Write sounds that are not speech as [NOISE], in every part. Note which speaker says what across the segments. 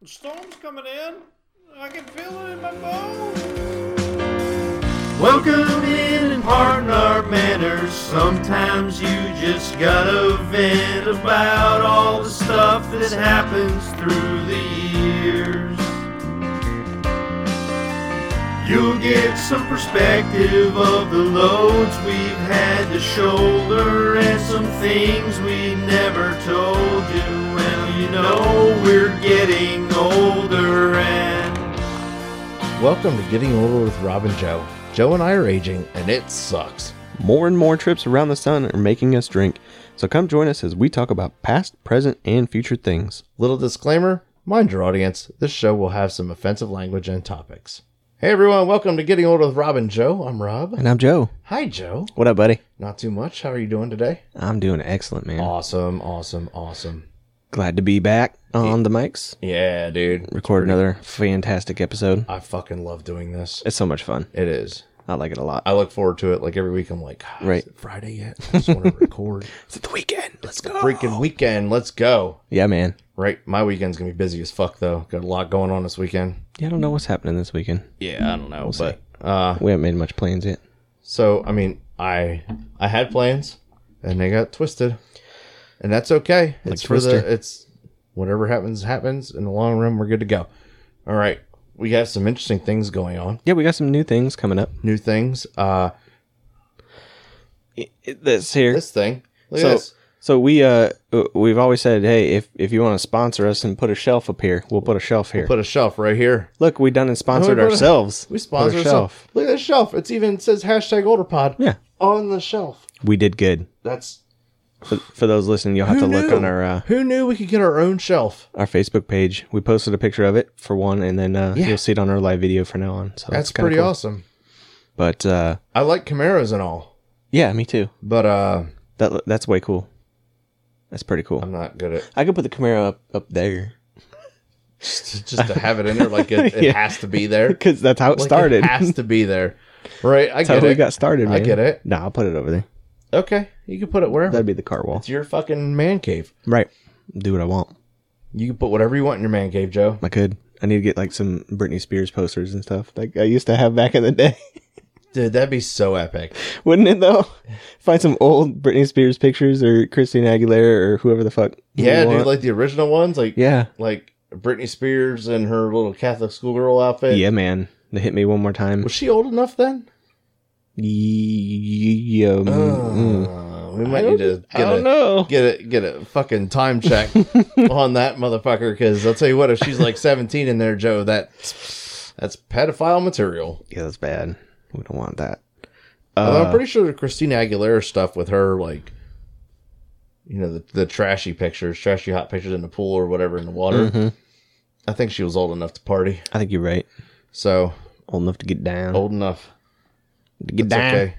Speaker 1: The storm's coming in. I can feel it in my bones.
Speaker 2: Welcome in and pardon our manners. Sometimes you just gotta vent about all the stuff that happens through the years. You'll get some perspective of the loads we've had to shoulder and some things we never told you. Well, you know we're getting older and
Speaker 3: Welcome to Getting Older with Rob and Joe. Joe and I are aging, and it sucks.
Speaker 4: More and more trips around the sun are making us drink, so come join us as we talk about past, present, and future things.
Speaker 3: Little disclaimer mind your audience, this show will have some offensive language and topics. Hey everyone, welcome to Getting Older with Rob and Joe. I'm Rob.
Speaker 4: And I'm Joe.
Speaker 3: Hi, Joe.
Speaker 4: What up, buddy?
Speaker 3: Not too much. How are you doing today?
Speaker 4: I'm doing excellent, man.
Speaker 3: Awesome, awesome, awesome.
Speaker 4: Glad to be back on the mics.
Speaker 3: Yeah, dude.
Speaker 4: Record another fantastic episode.
Speaker 3: I fucking love doing this.
Speaker 4: It's so much fun.
Speaker 3: It is.
Speaker 4: I like it a lot.
Speaker 3: I look forward to it. Like every week, I'm like, "God,
Speaker 4: Right.
Speaker 3: is it Friday yet? I just want to [LAUGHS] record.
Speaker 4: It's the weekend. Let's go.
Speaker 3: Freaking weekend. Let's go.
Speaker 4: Yeah, man.
Speaker 3: Right. My weekend's going to be busy as fuck, though. Got a lot going on this weekend.
Speaker 4: Yeah, I don't know what's happening this weekend.
Speaker 3: Yeah, I don't know, but uh,
Speaker 4: We haven't made much plans yet.
Speaker 3: so I mean, I I had plans and they got twisted, and that's okay. It's for
Speaker 4: Twister.
Speaker 3: the it's whatever happens happens. In the long run, we're good to go. All right, we have some interesting things going on,
Speaker 4: Yeah, we got some new things coming up.
Speaker 3: new things. Uh,
Speaker 4: I- I- This here.
Speaker 3: this thing, look
Speaker 4: So-
Speaker 3: at this.
Speaker 4: so we uh we've always said, hey, if if you want to sponsor us and put a shelf up here, we'll put a shelf here.
Speaker 3: Put a shelf right here.
Speaker 4: Look, we done and sponsored
Speaker 3: put a-
Speaker 4: ourselves.
Speaker 3: We
Speaker 4: Put a
Speaker 3: sponsor shelf. Look at this shelf. It's even it says hashtag OlderPod
Speaker 4: Yeah,
Speaker 3: on the shelf.
Speaker 4: we did good.
Speaker 3: That's
Speaker 4: For, for those listening, you'll have
Speaker 3: Who
Speaker 4: to look
Speaker 3: knew?
Speaker 4: on our uh,
Speaker 3: who knew we could get our own shelf.
Speaker 4: our Facebook page. We posted a picture of it for one, and then uh,
Speaker 3: Yeah.
Speaker 4: you'll see it on our live video for now on. So
Speaker 3: That's,
Speaker 4: kinda
Speaker 3: pretty
Speaker 4: cool.
Speaker 3: awesome.
Speaker 4: But uh,
Speaker 3: I like Camaros and all,
Speaker 4: yeah, me too.
Speaker 3: but uh.
Speaker 4: That that's way cool. That's pretty cool.
Speaker 3: I'm not good at
Speaker 4: I could put the Camaro up up there
Speaker 3: just, just to have it in there.
Speaker 4: [LAUGHS]
Speaker 3: Like it, it
Speaker 4: Yeah.
Speaker 3: has to be there.
Speaker 4: because that's how it
Speaker 3: Like,
Speaker 4: started.
Speaker 3: It has to be there. Right. I
Speaker 4: that's how
Speaker 3: get
Speaker 4: we
Speaker 3: it.
Speaker 4: got started.
Speaker 3: I
Speaker 4: Man.
Speaker 3: get it.
Speaker 4: Nah, I'll put it over there.
Speaker 3: Okay. You can put it wherever.
Speaker 4: That'd be the car wall.
Speaker 3: It's your fucking man cave.
Speaker 4: Right. Do what I want.
Speaker 3: You can put whatever you want in your man cave, Joe.
Speaker 4: I could. I need to get like some Britney Spears posters and stuff like I used to have back in the day.
Speaker 3: Dude, that'd be so epic.
Speaker 4: Wouldn't it though? [LAUGHS] Find some old Britney Spears pictures or Christina Aguilera or whoever the fuck. you
Speaker 3: Yeah,
Speaker 4: want.
Speaker 3: dude. Like the original ones, like
Speaker 4: yeah,
Speaker 3: like Britney Spears and her little Catholic schoolgirl outfit.
Speaker 4: yeah, man. They hit me one more time.
Speaker 3: Was she old enough then?
Speaker 4: Ye- um, mm.
Speaker 3: Uh, we might need to
Speaker 4: I
Speaker 3: get
Speaker 4: don't
Speaker 3: a,
Speaker 4: know.
Speaker 3: get a get a fucking
Speaker 4: [LAUGHS]
Speaker 3: time check on that motherfucker because I'll tell you what if she's like 17 in there Joe that that's pedophile material
Speaker 4: Yeah, that's bad. We don't want that. Uh,
Speaker 3: Although I'm pretty sure the Christina Aguilera stuff with her like you know the, the trashy pictures trashy hot pictures in the pool or whatever in the water
Speaker 4: Mm-hmm.
Speaker 3: I think she was old enough to party
Speaker 4: I think you're right.
Speaker 3: so
Speaker 4: Old enough to get down.
Speaker 3: old enough
Speaker 4: to get
Speaker 3: it's
Speaker 4: down.
Speaker 3: okay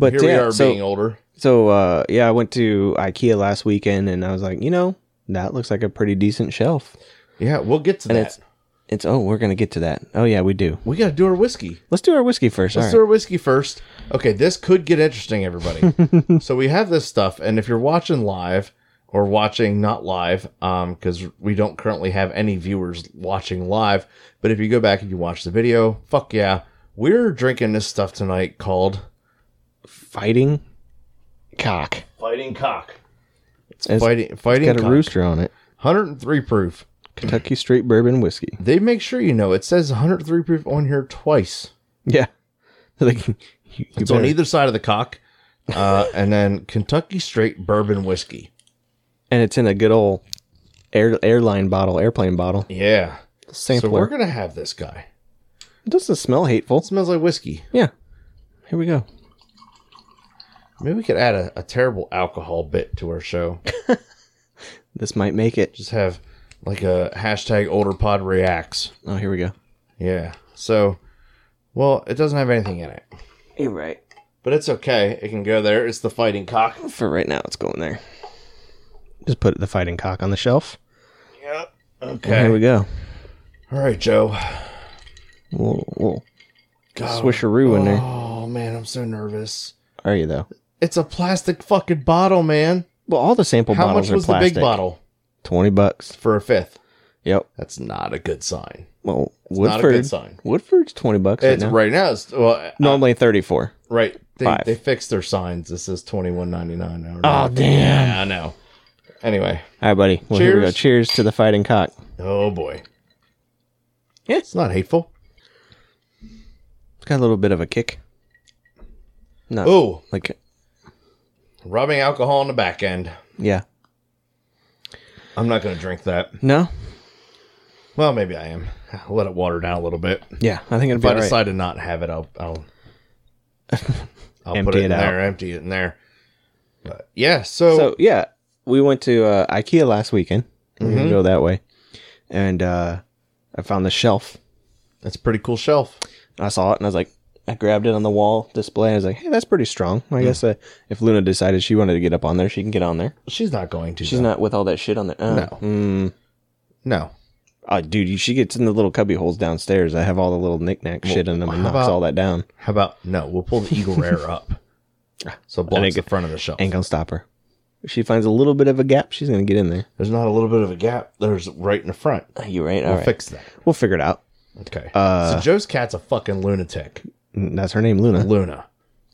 Speaker 4: But
Speaker 3: here
Speaker 4: yeah,
Speaker 3: we are
Speaker 4: so
Speaker 3: being older
Speaker 4: so uh, yeah, I went to IKEA last weekend and I was like, you know, that looks like a pretty decent shelf.
Speaker 3: yeah we'll get to
Speaker 4: And
Speaker 3: that
Speaker 4: it's it's oh, we're gonna get to that. Oh yeah, we do.
Speaker 3: we gotta do our whiskey
Speaker 4: Let's do our whiskey first.
Speaker 3: Let's
Speaker 4: All
Speaker 3: do our whiskey first. Okay, this could get
Speaker 4: [LAUGHS]
Speaker 3: interesting, everybody. so we have this stuff, and if you're watching live or watching not live, um, because we don't currently have any viewers watching live, but if you go back and you watch the video, fuck yeah, we're drinking this stuff tonight called
Speaker 4: right. fighting cock.
Speaker 3: Fighting Cock. It's,
Speaker 4: It's-
Speaker 3: fighting fighting
Speaker 4: Got a
Speaker 3: cock.
Speaker 4: rooster on it.
Speaker 3: 103 proof.
Speaker 4: Kentucky Straight Bourbon Whiskey. [LAUGHS]
Speaker 3: They make sure you know it says 103 proof on here twice.
Speaker 4: Yeah. [LAUGHS] like, you, you
Speaker 3: It's
Speaker 4: better-
Speaker 3: on either side of the cock, uh, and then Kentucky Straight Bourbon Whiskey.
Speaker 4: and it's in a good old air, airline bottle, airplane bottle.
Speaker 3: Yeah. So
Speaker 4: Sampler.
Speaker 3: we're gonna have this guy.
Speaker 4: it doesn't smell hateful.
Speaker 3: It smells like whiskey.
Speaker 4: Yeah. Here we go.
Speaker 3: Maybe we could add a, a terrible alcohol bit to our show.
Speaker 4: This might make it.
Speaker 3: Just have like a hashtag older pod reacts.
Speaker 4: Oh, here we go.
Speaker 3: Yeah. So well, it doesn't have anything in it.
Speaker 4: You're right.
Speaker 3: But it's okay. It can go there. It's the fighting cock.
Speaker 4: For right now, it's going there. Just put the fighting cock on the shelf. And
Speaker 3: Okay.
Speaker 4: here we go.
Speaker 3: All right, Joe.
Speaker 4: We'll, we'll
Speaker 3: God.
Speaker 4: swisheroo in there.
Speaker 3: Oh man, I'm so nervous.
Speaker 4: Are you though?
Speaker 3: It's a plastic fucking bottle, man.
Speaker 4: Well, all the sample
Speaker 3: How
Speaker 4: bottles
Speaker 3: much was
Speaker 4: are plastic.
Speaker 3: the big bottle
Speaker 4: Twenty bucks.
Speaker 3: for a fifth?
Speaker 4: Yep.
Speaker 3: That's not a good sign.
Speaker 4: Well,
Speaker 3: not a
Speaker 4: Woodford.
Speaker 3: good sign.
Speaker 4: Woodford's twenty bucks.
Speaker 3: It's
Speaker 4: right now.
Speaker 3: right now. It's well,
Speaker 4: normally thirty four.
Speaker 3: right. They,
Speaker 4: Five.
Speaker 3: they fixed their signs. This is twenty one ninety nine now.
Speaker 4: Oh, damn.
Speaker 3: Yeah, I know. Anyway,
Speaker 4: All right, buddy. Well, here we go.
Speaker 3: Cheers.
Speaker 4: Cheers to the fighting cock.
Speaker 3: oh boy,
Speaker 4: Yeah.
Speaker 3: it's not hateful.
Speaker 4: It's got a little bit of a kick. No,
Speaker 3: Oh,
Speaker 4: like
Speaker 3: rubbing alcohol on the back end.
Speaker 4: yeah.
Speaker 3: I'm not going to drink that.
Speaker 4: No,
Speaker 3: Well, maybe I am. I'll let it water down a little bit.
Speaker 4: yeah. I think it'd
Speaker 3: If
Speaker 4: be
Speaker 3: I
Speaker 4: all right.
Speaker 3: decide to not have it, I'll
Speaker 4: [LAUGHS]
Speaker 3: I'll, I'll put
Speaker 4: Empty
Speaker 3: it
Speaker 4: it
Speaker 3: in
Speaker 4: out.
Speaker 3: there, empty it in there. But yeah, so,
Speaker 4: So yeah, we went to uh, IKEA last weekend. We
Speaker 3: Mm-hmm.
Speaker 4: didn't go that way, and uh, I found the shelf.
Speaker 3: that's a pretty cool shelf.
Speaker 4: I saw it and I was like, I grabbed it on the wall display. I was like, hey, that's pretty strong.
Speaker 3: Mm.
Speaker 4: I guess uh, if Luna decided she wanted to get up on there, she can get on there.
Speaker 3: She's not going to.
Speaker 4: She's
Speaker 3: though.
Speaker 4: not with all that shit on there. Oh,
Speaker 3: No.
Speaker 4: Mm.
Speaker 3: No.
Speaker 4: Oh, dude, you- she gets in the little cubby holes downstairs. I have all the little knick-knack shit in them and
Speaker 3: how
Speaker 4: knocks
Speaker 3: about-
Speaker 4: all that down.
Speaker 3: How about no? We'll pull the
Speaker 4: [LAUGHS]
Speaker 3: eagle rare up. So it blocks
Speaker 4: Ah, think
Speaker 3: the front of the shelf.
Speaker 4: Ain't gonna stop her. If she finds a little bit of a gap, she's gonna get in there.
Speaker 3: There's not a little bit of a gap. There's Uh, right in the front.
Speaker 4: You right? All
Speaker 3: We'll
Speaker 4: right.
Speaker 3: fix that.
Speaker 4: We'll Uh, figure it out.
Speaker 3: Okay. so Joe's cat's a fucking lunatic.
Speaker 4: Mm, That's her name,
Speaker 3: [LAUGHS]
Speaker 4: Luna.
Speaker 3: Luna.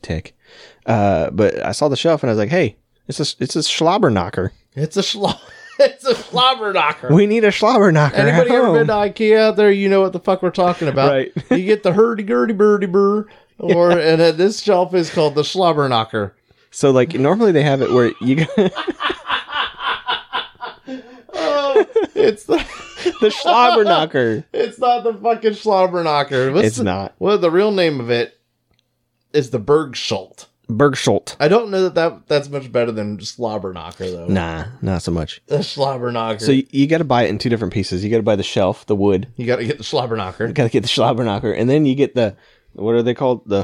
Speaker 4: Tick. Uh, but I saw the shelf and I was like, hey, it's a it's a slobber knocker.
Speaker 3: It's a schlo- [LAUGHS] It's a slobber knocker.
Speaker 4: We need a slobber knocker. at
Speaker 3: Anybody ever
Speaker 4: home.
Speaker 3: been to IKEA out there? You know what the fuck we're talking
Speaker 4: [LAUGHS]
Speaker 3: about.
Speaker 4: Right.
Speaker 3: [LAUGHS] you get the hurdy gurdy birdie burr, or and uh, this shelf is called the slobber knocker.
Speaker 4: So like normally they have it where you [LAUGHS] go Oh.
Speaker 3: [LAUGHS] It's the,
Speaker 4: the
Speaker 3: [LAUGHS]
Speaker 4: slobber knocker.
Speaker 3: it's not the fucking slobber knocker. What's
Speaker 4: It's
Speaker 3: the-
Speaker 4: not.
Speaker 3: Well, the real name of it is the Bergscholt.
Speaker 4: Bergscholt.
Speaker 3: I don't know that, that that's much better than slobber knocker though.
Speaker 4: Nah, not so much.
Speaker 3: The slobber knocker.
Speaker 4: So you, you got to buy it in two different pieces. You got to buy the shelf, the wood.
Speaker 3: you got to get the slobber knocker.
Speaker 4: You got to get the slobber knocker, and then you get the what are they called? The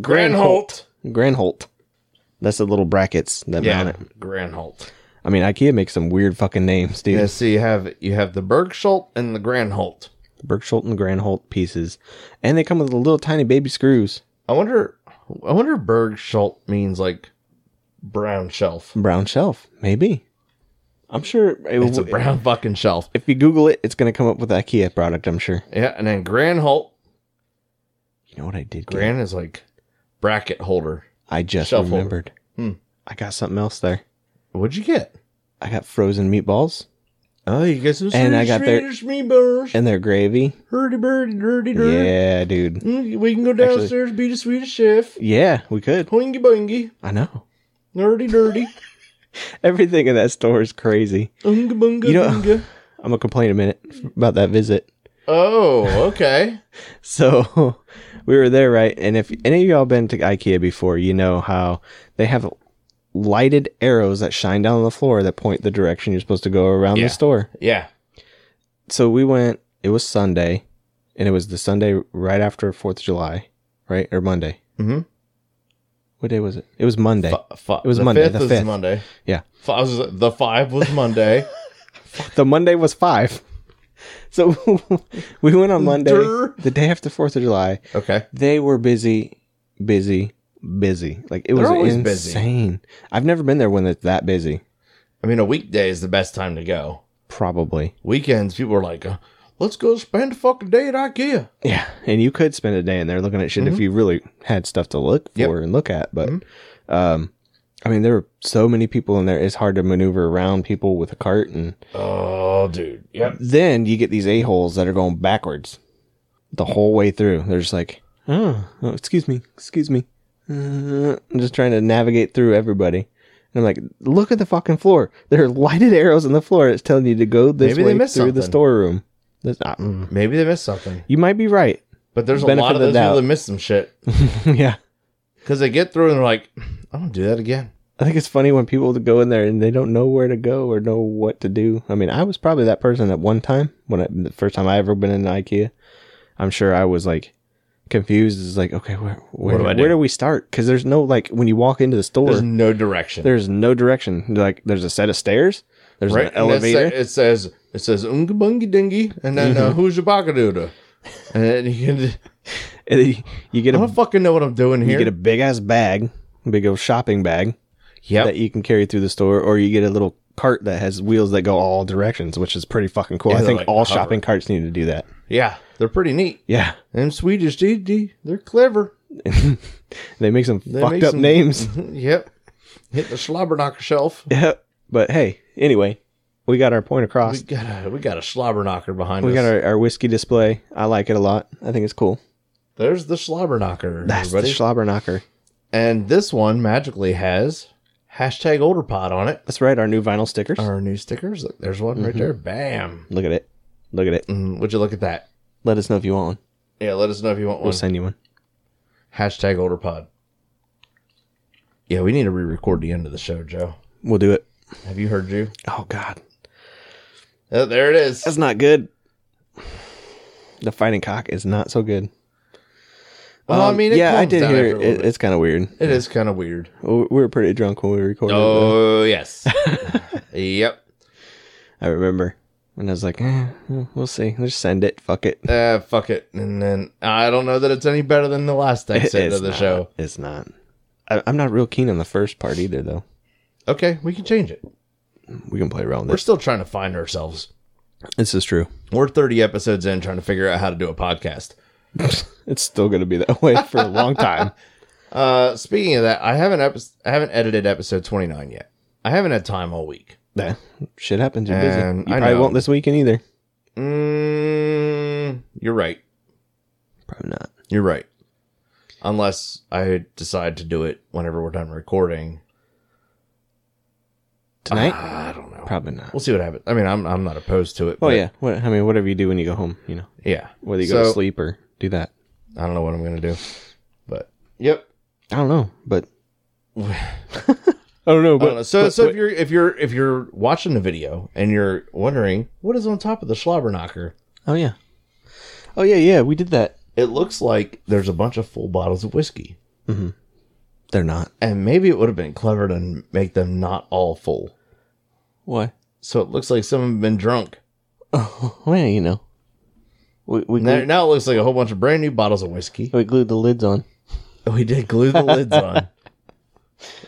Speaker 3: Granholt.
Speaker 4: Granholt. That's the little brackets that
Speaker 3: Yeah,
Speaker 4: mount it.
Speaker 3: Granholt.
Speaker 4: I mean, IKEA makes some weird fucking names, dude.
Speaker 3: Yeah, so you have you have the Bergscholt and the Granholt.
Speaker 4: Bergscholt and Granholt pieces, and they come with the little tiny baby screws.
Speaker 3: I wonder. I wonder if Bergscholt means like brown shelf.
Speaker 4: Brown shelf, maybe. I'm sure it,
Speaker 3: It's a [LAUGHS] brown fucking shelf.
Speaker 4: If you Google it, it's going to come up with the IKEA product. I'm sure.
Speaker 3: Yeah, and then Granholt.
Speaker 4: You know what I did? Get?
Speaker 3: Gran is like bracket holder.
Speaker 4: I just
Speaker 3: Shelf holder.
Speaker 4: remembered.
Speaker 3: Hmm.
Speaker 4: I got something else there.
Speaker 3: What'd you get?
Speaker 4: I got frozen meatballs
Speaker 3: Oh, you guys some
Speaker 4: And I got their-
Speaker 3: Swedish meatballs.
Speaker 4: and their gravy.
Speaker 3: Hurdy birdy, dirty dirty.
Speaker 4: Yeah, dude.
Speaker 3: We can go downstairs, be the Swedish chef.
Speaker 4: Yeah, we could.
Speaker 3: Hoingy boingy,
Speaker 4: I know.
Speaker 3: nerdy dirty,
Speaker 4: [LAUGHS] Everything in that store is crazy.
Speaker 3: unga bunga
Speaker 4: You know-
Speaker 3: bunga.
Speaker 4: I'm gonna complain a minute about that visit. [LAUGHS]
Speaker 3: Oh, okay.
Speaker 4: So [LAUGHS] we were there, right? And if any of y'all been to IKEA before, you know how they have lighted arrows that shine down on the floor that point the direction you're supposed to go around
Speaker 3: Yeah.
Speaker 4: the store.
Speaker 3: yeah.
Speaker 4: So we went. It was Sunday, and it was the Sunday right after Fourth of July, right or Monday.
Speaker 3: Mhm.
Speaker 4: What day was it? It was Monday.
Speaker 3: Fi- fi-
Speaker 4: Mm-hmm. It was Monday,
Speaker 3: Fifth
Speaker 4: the
Speaker 3: was
Speaker 4: fifth.
Speaker 3: Monday.
Speaker 4: Yeah.
Speaker 3: Fi- I was- the five was
Speaker 4: [LAUGHS]
Speaker 3: Monday.
Speaker 4: The Monday was five. [LAUGHS] So [LAUGHS] we went on Monday,
Speaker 3: Durr.
Speaker 4: the day after Fourth of July.
Speaker 3: okay.
Speaker 4: They were busy, busy, busy. Like it was
Speaker 3: They're always busy.
Speaker 4: insane. I've never been there when it's that busy.
Speaker 3: I mean, a weekday is the best time to go.
Speaker 4: Probably.
Speaker 3: Weekends, people are like, uh, let's go spend a fucking day at IKEA.
Speaker 4: Yeah, and you could spend a day in there looking at shit if you really had stuff to look for
Speaker 3: Mm-hmm. Yep. Mm-hmm.
Speaker 4: and look at. But, um, I mean, there were so many people in there. It's hard to maneuver around people with a cart, and
Speaker 3: Oh, dude. Yep.
Speaker 4: then you get these a holes that are going backwards the whole way through. They're just like, oh, oh, excuse me, excuse me. Uh, I'm just trying to navigate through everybody. And I'm like, look at the fucking floor. There are lighted arrows on the floor. It's telling you to go this
Speaker 3: Maybe they
Speaker 4: way through
Speaker 3: missed
Speaker 4: the
Speaker 3: something.
Speaker 4: storeroom. That's not, mm.
Speaker 3: Maybe they missed something.
Speaker 4: You might be
Speaker 3: [LAUGHS]
Speaker 4: right.
Speaker 3: But there's a
Speaker 4: Benefit
Speaker 3: lot of
Speaker 4: of the
Speaker 3: those
Speaker 4: doubt.
Speaker 3: people that miss some shit
Speaker 4: yeah.
Speaker 3: because they get through and they're like, I don't do that again.
Speaker 4: I think it's funny when people go in there and they don't know where to go or know what to do. I mean, I was probably that person at one time when I, the first time I ever been in IKEA. I'm sure I was like confused. It's like, okay, where where
Speaker 3: What do I
Speaker 4: where
Speaker 3: do?
Speaker 4: do we start? Because there's no like when you walk into the store,
Speaker 3: There's
Speaker 4: there's,
Speaker 3: no direction.
Speaker 4: no direction. Like there's a set of stairs, there's an
Speaker 3: right? And it sa-
Speaker 4: elevator. Mm-hmm.
Speaker 3: It says it says unga bunga dingy, and then uh, who's your bakaduda? And then you can. [LAUGHS]
Speaker 4: and then you- you get
Speaker 3: I
Speaker 4: a
Speaker 3: don't fucking know what I'm doing
Speaker 4: you
Speaker 3: here.
Speaker 4: get a big ass bag, a big old shopping bag
Speaker 3: yep.
Speaker 4: that you can carry through the store, or you get a little cart that has wheels that go all directions, which is pretty fucking cool.
Speaker 3: Yeah,
Speaker 4: I
Speaker 3: they're
Speaker 4: think
Speaker 3: like
Speaker 4: all
Speaker 3: covered.
Speaker 4: shopping carts need to do that.
Speaker 3: Yeah, they're pretty neat.
Speaker 4: Yeah,
Speaker 3: And Swedish DD,
Speaker 4: [LAUGHS]
Speaker 3: they're clever.
Speaker 4: they make some
Speaker 3: They
Speaker 4: fucked
Speaker 3: make
Speaker 4: up
Speaker 3: some-
Speaker 4: names. [LAUGHS]
Speaker 3: yep. Hit the slobberknocker shelf.
Speaker 4: Yep. But hey, anyway, we got our point
Speaker 3: We
Speaker 4: across.
Speaker 3: got a we got a slobberknocker behind
Speaker 4: We
Speaker 3: us.
Speaker 4: got our, our whiskey display. I like it a lot. I think it's cool.
Speaker 3: There's the slobberknocker,
Speaker 4: That's
Speaker 3: everybody.
Speaker 4: the slobber knocker.
Speaker 3: and this one magically has hashtag older pod on it.
Speaker 4: That's right. Our new vinyl stickers.
Speaker 3: Our new stickers. Look, there's one
Speaker 4: Mm-hmm.
Speaker 3: right there. Bam.
Speaker 4: Look at it. Look at it.
Speaker 3: Mm, would you look at that?
Speaker 4: Let us know if you want one.
Speaker 3: Yeah, let us know if you want
Speaker 4: We'll
Speaker 3: one.
Speaker 4: send you one.
Speaker 3: Hashtag older pod. Yeah, we need to re-record the end of the show, Joe.
Speaker 4: We'll do it.
Speaker 3: Have you heard you?
Speaker 4: Oh God,
Speaker 3: Oh, there it is.
Speaker 4: that's not good. The fighting cock is not so good.
Speaker 3: Well, I
Speaker 4: Um,
Speaker 3: mean, it
Speaker 4: yeah, I
Speaker 3: calms
Speaker 4: did
Speaker 3: down
Speaker 4: hear
Speaker 3: after a
Speaker 4: it.
Speaker 3: little bit.
Speaker 4: It's kind of weird.
Speaker 3: It is kind of weird.
Speaker 4: We we were pretty drunk when we recorded. it.
Speaker 3: Oh yes. [LAUGHS] yep.
Speaker 4: I remember. And I was like, eh, we'll see. Let's send it. Fuck it.
Speaker 3: Uh, fuck it. And then I don't know that it's any better than the last
Speaker 4: It's
Speaker 3: exit of the
Speaker 4: not.
Speaker 3: show.
Speaker 4: It's not. I, I'm not real keen on the first part either, though.
Speaker 3: Okay, we can change it.
Speaker 4: We can play around
Speaker 3: We're
Speaker 4: with
Speaker 3: still trying to find ourselves.
Speaker 4: it. This is true.
Speaker 3: We're 30 episodes in trying to figure out how to do a podcast.
Speaker 4: It's still going to be that [LAUGHS] way for a long time.
Speaker 3: Uh, speaking of that, I haven't epi- I haven't edited episode 29 yet. I haven't had time all week.
Speaker 4: Nah, shit happens. You're busy.
Speaker 3: And
Speaker 4: you
Speaker 3: I
Speaker 4: probably
Speaker 3: know.
Speaker 4: won't this weekend either.
Speaker 3: Mm, you're right.
Speaker 4: Probably not.
Speaker 3: You're right. Unless I decide to do it whenever we're done recording.
Speaker 4: Tonight?
Speaker 3: I don't know.
Speaker 4: probably not.
Speaker 3: We'll see what happens. I mean, I'm I'm not opposed to it.
Speaker 4: Well,
Speaker 3: but
Speaker 4: Oh, yeah. What, I mean, whatever you do when you go home, you know,
Speaker 3: yeah.
Speaker 4: whether you go to
Speaker 3: So-
Speaker 4: sleep or do that.
Speaker 3: I don't know what I'm gonna do, but yep.
Speaker 4: I don't know, but. [LAUGHS] I don't know,
Speaker 3: I
Speaker 4: but.
Speaker 3: don't know. So
Speaker 4: but-
Speaker 3: so
Speaker 4: but-
Speaker 3: if you're if you're if you're watching the video and you're wondering what is on top of the slobberknocker,
Speaker 4: oh, yeah. Oh, yeah, yeah. We did that.
Speaker 3: it looks like there's a bunch of full bottles of whiskey.
Speaker 4: They're not.
Speaker 3: And maybe it would have been clever to make them not all full.
Speaker 4: Why? [LAUGHS]
Speaker 3: So it looks like some have been drunk.
Speaker 4: Oh, well, you know. We, we,
Speaker 3: Now,
Speaker 4: glued,
Speaker 3: now it looks like a whole bunch of brand new bottles of whiskey.
Speaker 4: we glued the lids on.
Speaker 3: We did glue the [LAUGHS] lids on.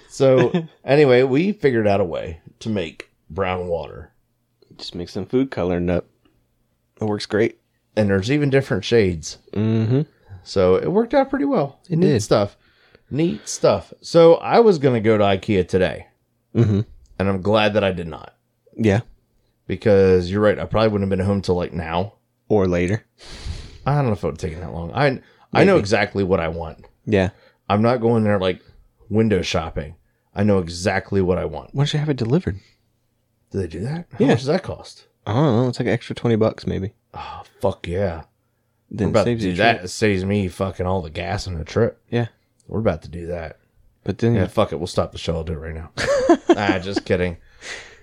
Speaker 3: So anyway, we figured out a way to make brown water.
Speaker 4: Just make some food coloring up. It works great.
Speaker 3: And there's even different shades.
Speaker 4: Mm-hmm.
Speaker 3: So it worked out pretty well. It Neat
Speaker 4: did.
Speaker 3: stuff. Neat stuff. So I was gonna go to IKEA today,
Speaker 4: Mm-hmm.
Speaker 3: and I'm glad that I did not.
Speaker 4: Yeah.
Speaker 3: Because you're right, I probably wouldn't have been home till like now.
Speaker 4: Or later.
Speaker 3: I don't know if it would have taken that long. I I know
Speaker 4: Maybe.
Speaker 3: exactly what I want.
Speaker 4: Yeah.
Speaker 3: I'm not going there like window shopping. I know exactly what I want.
Speaker 4: Why don't you have it delivered?
Speaker 3: Do they do that? How
Speaker 4: Yeah.
Speaker 3: much does that cost?
Speaker 4: I don't know. It's like an extra twenty bucks maybe.
Speaker 3: Oh fuck yeah.
Speaker 4: Then
Speaker 3: We're about to
Speaker 4: saves you
Speaker 3: do
Speaker 4: a trip.
Speaker 3: that. It saves me fucking all the gas on the trip.
Speaker 4: Yeah.
Speaker 3: We're about to do that.
Speaker 4: But then
Speaker 3: Yeah, fuck it. We'll stop the show. I'll do it
Speaker 4: [LAUGHS]
Speaker 3: right now. ah, just kidding.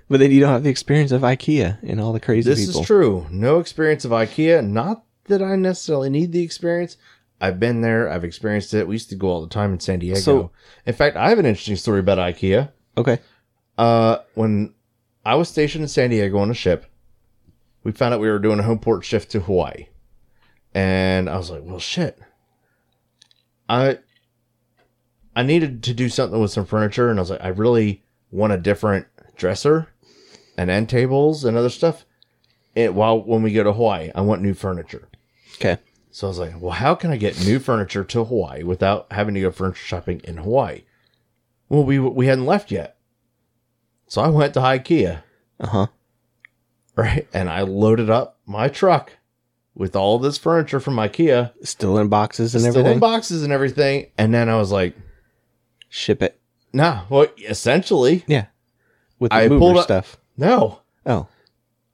Speaker 4: but then you don't have the experience of IKEA and all the crazy
Speaker 3: This
Speaker 4: people.
Speaker 3: is true. No experience of IKEA. Not that I necessarily need the experience. I've been there. I've experienced it. We used to go all the time in San Diego.
Speaker 4: So-
Speaker 3: in fact, I have an interesting story about IKEA.
Speaker 4: Okay.
Speaker 3: Uh, when I was stationed in San Diego on a ship, we found out we were doing a home port shift to Hawaii, and I was like, "Well, shit." I I needed to do something with some furniture, and I was like, "I really want a different dresser, and end tables, and other stuff." It, while when we go to Hawaii, I want new furniture.
Speaker 4: Okay.
Speaker 3: So I was like, well, how can I get new furniture to Hawaii without having to go furniture shopping in Hawaii? Well, we we hadn't left yet. So I went to IKEA, [LAUGHS]
Speaker 4: Uh huh.
Speaker 3: right? And I loaded up my truck with all this furniture from IKEA,
Speaker 4: Still in boxes and
Speaker 3: still in
Speaker 4: everything.
Speaker 3: boxes and everything. And then I was like,
Speaker 4: Ship it.
Speaker 3: nah, well, essentially,
Speaker 4: Yeah. With the
Speaker 3: I
Speaker 4: mover
Speaker 3: pulled up-
Speaker 4: stuff.
Speaker 3: no.
Speaker 4: Oh.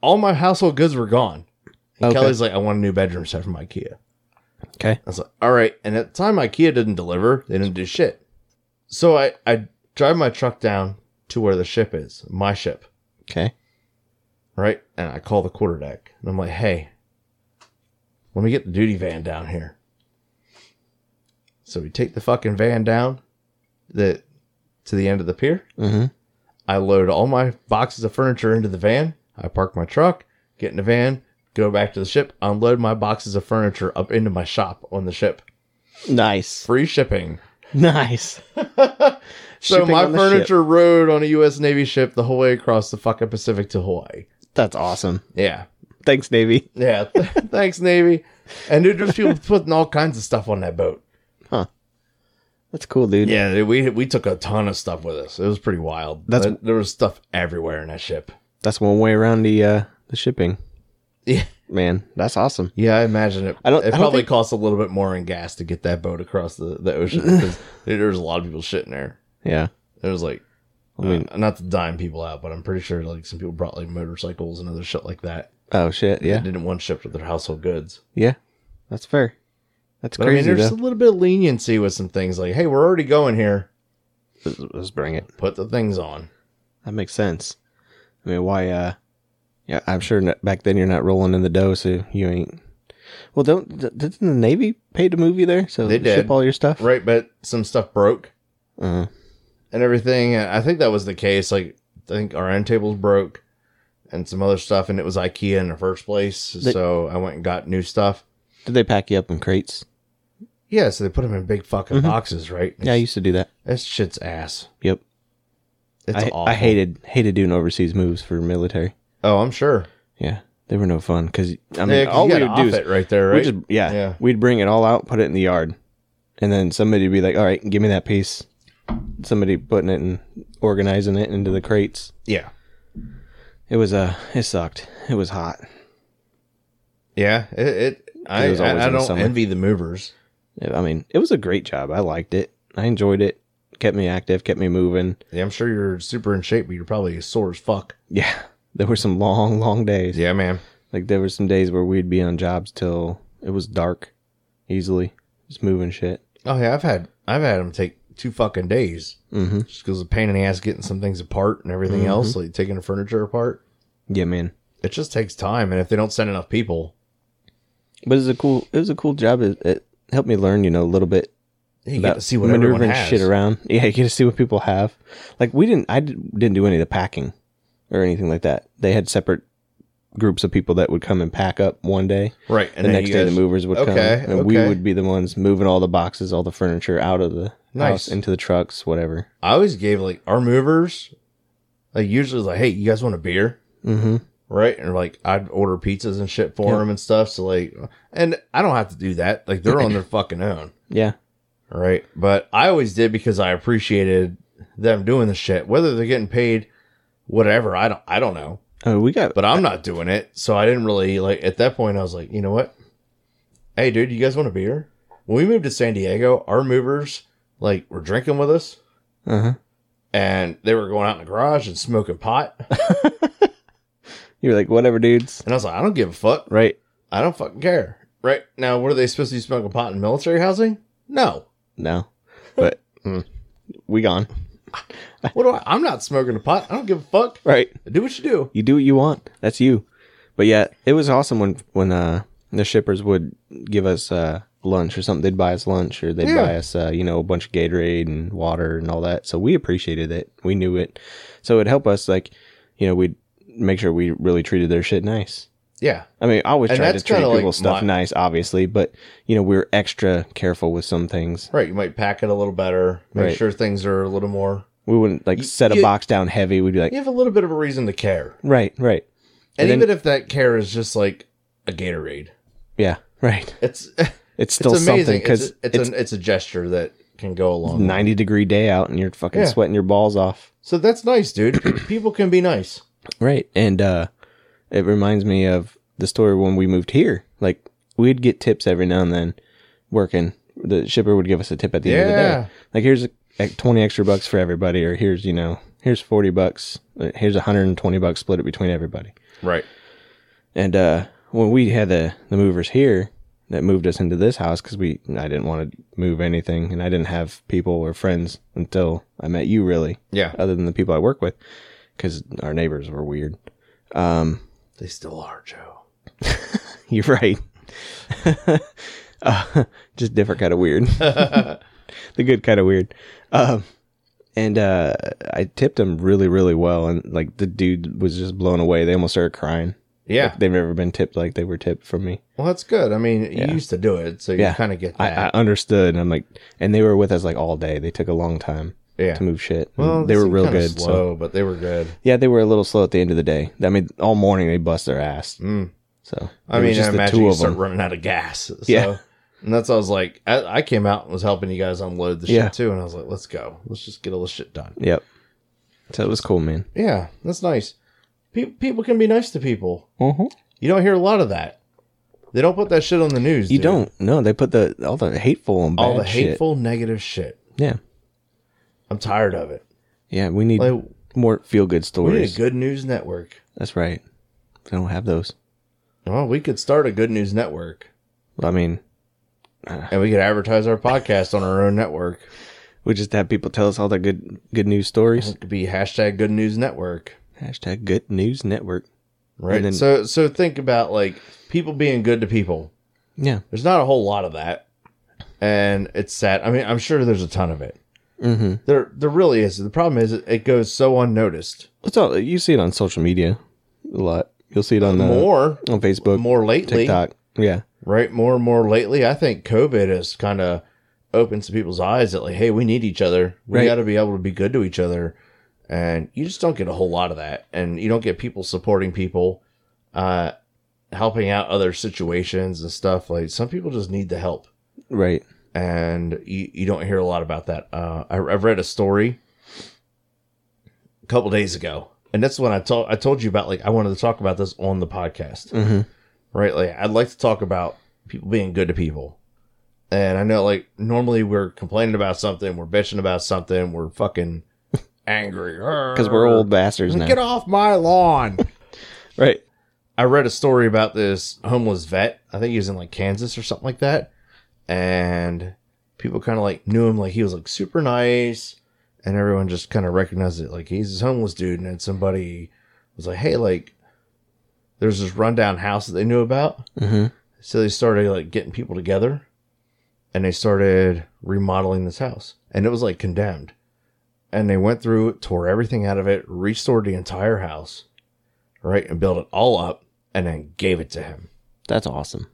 Speaker 3: All my household goods were gone. And
Speaker 4: Okay.
Speaker 3: Kelly's like, I want a new bedroom set from IKEA.
Speaker 4: Okay.
Speaker 3: I was like, all right. And at the time, IKEA didn't deliver. They didn't do shit. So I, I drive my truck down to where the ship is, my ship,
Speaker 4: Okay.
Speaker 3: right? And I call the quarterdeck. And I'm like, hey, let me get the duty van down here. So we take the fucking van down the, to the end of the pier.
Speaker 4: Mm-hmm.
Speaker 3: I load all my boxes of furniture into the van. I park my truck, get in the van, go back to the ship, unload my boxes of furniture up into my shop on the ship.
Speaker 4: [LAUGHS] Nice.
Speaker 3: Free shipping.
Speaker 4: Nice.
Speaker 3: [LAUGHS] So
Speaker 4: shipping
Speaker 3: my
Speaker 4: on the ship.
Speaker 3: furniture rode on a U.S. Navy ship the whole way across the fucking Pacific to Hawaii.
Speaker 4: That's awesome.
Speaker 3: Yeah,
Speaker 4: Thanks, Navy.
Speaker 3: yeah. [LAUGHS] Thanks, Navy. And dude, there's people putting all kinds of stuff on that boat.
Speaker 4: That's cool, dude.
Speaker 3: Yeah, dude, we we took a ton of stuff with us. It was pretty wild.
Speaker 4: That's-
Speaker 3: There- there was stuff everywhere in that ship.
Speaker 4: That's one way around the uh the shipping.
Speaker 3: Yeah.
Speaker 4: Man, that's awesome.
Speaker 3: Yeah, I imagine it.
Speaker 4: I don't-
Speaker 3: it
Speaker 4: I don't
Speaker 3: probably
Speaker 4: think-
Speaker 3: costs a little bit more in gas to get that boat across the, the
Speaker 4: [LAUGHS]
Speaker 3: ocean because dude, there was a lot of people shitting there.
Speaker 4: Yeah.
Speaker 3: There was like,
Speaker 4: I mean-
Speaker 3: uh, not to dime people out, but I'm pretty sure like some people brought like motorcycles and other shit like that.
Speaker 4: Oh shit.
Speaker 3: They
Speaker 4: Yeah.
Speaker 3: didn't want shipped with their household goods.
Speaker 4: Yeah. That's fair. That's
Speaker 3: But
Speaker 4: crazy
Speaker 3: I mean, there's
Speaker 4: though.
Speaker 3: a little bit of leniency with some things like, hey, we're already going here.
Speaker 4: Let's, let's bring it.
Speaker 3: Put the things on.
Speaker 4: That makes sense. I mean, why? uh Yeah, I'm sure n- back then you're not rolling in the dough, so you ain't. Well, don't d- didn't the Navy pay to move you there? So
Speaker 3: They did.
Speaker 4: ship all your stuff.
Speaker 3: Right, but some stuff broke.
Speaker 4: Uh,
Speaker 3: and everything. and I think that was the case. Like, I think our end tables broke and some other stuff, and it was IKEA in the first place.
Speaker 4: They-
Speaker 3: so I went and got new stuff.
Speaker 4: did they pack you up in crates?
Speaker 3: Yeah, so they put them in big fucking
Speaker 4: Mhm.
Speaker 3: boxes, right?
Speaker 4: Yeah, I used to do that.
Speaker 3: that shit's ass.
Speaker 4: Yep.
Speaker 3: It's
Speaker 4: I,
Speaker 3: awful.
Speaker 4: I hated hated doing overseas moves for military.
Speaker 3: Oh, I'm sure.
Speaker 4: Yeah, they were no fun because I
Speaker 3: I
Speaker 4: mean,
Speaker 3: mean,
Speaker 4: all
Speaker 3: you
Speaker 4: we
Speaker 3: gotta
Speaker 4: would do
Speaker 3: off
Speaker 4: is
Speaker 3: it right there,
Speaker 4: we
Speaker 3: right?
Speaker 4: just yeah,
Speaker 3: Yeah.
Speaker 4: we'd bring it all out, put it in the yard, and then somebody would be like, "All right, give me that piece." Somebody putting it and organizing it into the crates.
Speaker 3: yeah,
Speaker 4: It was uh, it sucked. It was hot.
Speaker 3: yeah. It. it I,
Speaker 4: It was always
Speaker 3: I, I
Speaker 4: in the
Speaker 3: don't
Speaker 4: summer.
Speaker 3: envy the movers.
Speaker 4: I mean, it was a great job. I liked it. I enjoyed it. Kept me active. Kept me moving. [LAUGHS]
Speaker 3: Yeah, I'm sure you're super in shape, but you're probably sore as fuck.
Speaker 4: Yeah, there were some long, long days.
Speaker 3: Yeah, man.
Speaker 4: Like there were some days where we'd be on jobs till it was dark, easily just moving shit.
Speaker 3: Oh yeah, I've had I've had them take two fucking days
Speaker 4: Mm-hmm.
Speaker 3: just because of pain in the ass getting some things apart and everything else, like taking the furniture apart.
Speaker 4: Yeah, man.
Speaker 3: it just takes time and if they don't send enough people
Speaker 4: But it was a cool. It was a cool job. It, it helped me learn, you know, a little bit
Speaker 3: you
Speaker 4: about
Speaker 3: got to see what everyone has
Speaker 4: shit around. [LAUGHS] Yeah, you get to see what people have. Like we didn't, I did, didn't do any of the packing or anything like that. They had separate groups of people that would come and pack up one day.
Speaker 3: right and
Speaker 4: the
Speaker 3: then
Speaker 4: next
Speaker 3: you
Speaker 4: day, the
Speaker 3: guys-
Speaker 4: movers would come,
Speaker 3: Okay,
Speaker 4: and we
Speaker 3: okay.
Speaker 4: would be the ones moving all the boxes, all the furniture out of the
Speaker 3: Nice.
Speaker 4: house into the trucks, whatever.
Speaker 3: i always gave like our movers like usually like hey you guys want a beer
Speaker 4: Mm-hmm.
Speaker 3: right and like i'd order pizzas and shit for
Speaker 4: Yeah.
Speaker 3: them and stuff so like and i don't have to do that like they're on their fucking own
Speaker 4: Yeah,
Speaker 3: right but i always did because i appreciated them doing the shit whether they're getting paid whatever i don't i don't know
Speaker 4: oh, we got
Speaker 3: but i'm not doing it so i didn't really like at that point i was like you know what hey dude you guys want a beer when we moved to san diego our movers like were drinking with us
Speaker 4: uh-huh.
Speaker 3: and they were going out in the garage and smoking pot and
Speaker 4: You were like, whatever, dudes.
Speaker 3: i was like i don't give a fuck
Speaker 4: Right?
Speaker 3: i don't fucking care right now what are they supposed to be smoking pot in military housing no
Speaker 4: No,
Speaker 3: [LAUGHS]
Speaker 4: but mm, we gone.
Speaker 3: what do i i'm not smoking a pot i don't give a fuck
Speaker 4: Right.
Speaker 3: do what you do
Speaker 4: you do what you want. That's you. But yeah, it was awesome when when uh the shippers would give us uh lunch or something. They'd buy us lunch or they'd
Speaker 3: Yeah.
Speaker 4: buy us uh, you know a bunch of Gatorade and water and all that. So we appreciated it. We knew it. So it helped us like you know we'd make sure we really treated their shit nice.
Speaker 3: yeah
Speaker 4: I mean, I always
Speaker 3: And
Speaker 4: try to
Speaker 3: that's
Speaker 4: treat
Speaker 3: kinda like
Speaker 4: people's stuff
Speaker 3: my-
Speaker 4: nice, obviously, but you know we were extra careful with some things.
Speaker 3: right you might pack it a little better make
Speaker 4: Right.
Speaker 3: sure things are a little more
Speaker 4: We wouldn't like
Speaker 3: You-
Speaker 4: set a
Speaker 3: you-
Speaker 4: box down heavy. We'd be like,
Speaker 3: you have a little bit of a reason to care
Speaker 4: right, right, And
Speaker 3: and,
Speaker 4: then-
Speaker 3: even if that care is just like a gatorade
Speaker 4: yeah, [LAUGHS] right.
Speaker 3: It's [LAUGHS]
Speaker 4: It's
Speaker 3: it's
Speaker 4: still something
Speaker 3: amazing
Speaker 4: because
Speaker 3: because it's, it's, an- it's a gesture that can go along.
Speaker 4: 90 degree day out and you're fucking
Speaker 3: Yeah.
Speaker 4: sweating your balls off.
Speaker 3: So that's nice, dude. [CLEARS THROAT] People can be nice.
Speaker 4: Right. And uh it reminds me of the story when we moved here. Like we'd get tips every now and then working. The shipper would give us a tip at the end of the
Speaker 3: Yeah.
Speaker 4: day. Like here's a, a 20 extra bucks for everybody or here's, you know, here's 40 bucks, uh, here's 120 bucks split it between everybody.
Speaker 3: Right.
Speaker 4: And uh when we had the the movers here that moved us into this house cuz we I didn't want to move anything and I didn't have people or friends until I met you really
Speaker 3: Yeah.
Speaker 4: other than the people I work with, because our neighbors were weird. [LAUGHS] Um,
Speaker 3: They still are, Joe.
Speaker 4: you're right. [LAUGHS] uh, just different kind of weird. [LAUGHS] the good kind of weird. Um, and uh, I tipped him really, really well, and like the dude was just blown away. They almost started crying.
Speaker 3: Yeah.
Speaker 4: Like, they've never been tipped like they were tipped from me.
Speaker 3: Well, that's good. I mean, you used to do it, so you
Speaker 4: Yeah.
Speaker 3: kind of get
Speaker 4: I, I
Speaker 3: that.
Speaker 4: understood. And I'm like, and they were with us like all day. They took a long time.
Speaker 3: Yeah.
Speaker 4: to move shit.
Speaker 3: Well,
Speaker 4: they were
Speaker 3: seemed
Speaker 4: real
Speaker 3: kinda
Speaker 4: good. So
Speaker 3: Slow, but they were good.
Speaker 4: yeah, they were a little slow at the end of the day. I mean, all morning they bust their ass.
Speaker 3: Mm.
Speaker 4: So
Speaker 3: I
Speaker 4: it was
Speaker 3: mean, I imagine you start
Speaker 4: 'em.
Speaker 3: running out of gas. So,
Speaker 4: Yeah.
Speaker 3: And that's I was like, I, I came out and was helping you guys unload the
Speaker 4: Yeah.
Speaker 3: shit too, and I was like, let's go, let's just get all this shit done.
Speaker 4: Yep. So it was cool, man.
Speaker 3: Yeah, that's nice. Pe- people can be nice to people.
Speaker 4: Mm-hmm.
Speaker 3: You don't hear a lot of that. They don't put that shit on the news.
Speaker 4: You
Speaker 3: dude.
Speaker 4: don't. No, they put the all the hateful and bad
Speaker 3: all the
Speaker 4: shit.
Speaker 3: hateful, negative shit.
Speaker 4: Yeah.
Speaker 3: I'm tired of it.
Speaker 4: Yeah, we need
Speaker 3: Like
Speaker 4: more feel good
Speaker 3: we need
Speaker 4: stories.
Speaker 3: a good news network.
Speaker 4: That's right. We don't have those.
Speaker 3: Well, we could start a good news network,
Speaker 4: I mean,
Speaker 3: and we could advertise our podcast on our own network.
Speaker 4: we just have people tell us all the good good news stories.
Speaker 3: It could be hashtag Good News Network.
Speaker 4: Hashtag Good News Network.
Speaker 3: Right.
Speaker 4: And then-
Speaker 3: so so think about like people being good to people.
Speaker 4: Yeah.
Speaker 3: There's not a whole lot of that. And it's sad. I mean, I'm sure there's a ton of it.
Speaker 4: Mm-hmm.
Speaker 3: There there really is. The problem is it, it goes so unnoticed.
Speaker 4: It's all you see it on social media a lot. You'll see it on uh,
Speaker 3: more
Speaker 4: on Facebook,
Speaker 3: more lately.
Speaker 4: TikTok. Yeah.
Speaker 3: Right? More and more lately. I think COVID has kind of opened some people's eyes that like, hey, we need each other. We
Speaker 4: Right.
Speaker 3: gotta be able to be good to each other. And you just don't get a whole lot of that. And you don't get people supporting people, uh, helping out other situations and stuff. Like some people just need the help.
Speaker 4: Right.
Speaker 3: and you, you don't hear a lot about that. Uh, I, I read a story a couple days ago, and that's when I told I told you about like I wanted to talk about this on the podcast,
Speaker 4: Mhm.
Speaker 3: right? Like I'd like to talk about people being good to people, and I know like normally we're complaining about something, we're bitching about something, we're fucking [LAUGHS] angry
Speaker 4: Because we're old bastards now.
Speaker 3: Get off my lawn.
Speaker 4: Right.
Speaker 3: [LAUGHS] I read a story about this homeless vet. I think he was in like Kansas or something like that. And people kind of like knew him, like he was like super nice. And everyone just kind of recognized it. Like he's this homeless dude. And then somebody was like, hey, like there's this rundown house that they knew about.
Speaker 4: Mm-hmm.
Speaker 3: So they started like getting people together and they started remodeling this house. And it was like condemned. And they went through, it, tore everything out of it, restored the entire house, right? And built it all up and then gave it to him.
Speaker 4: That's awesome.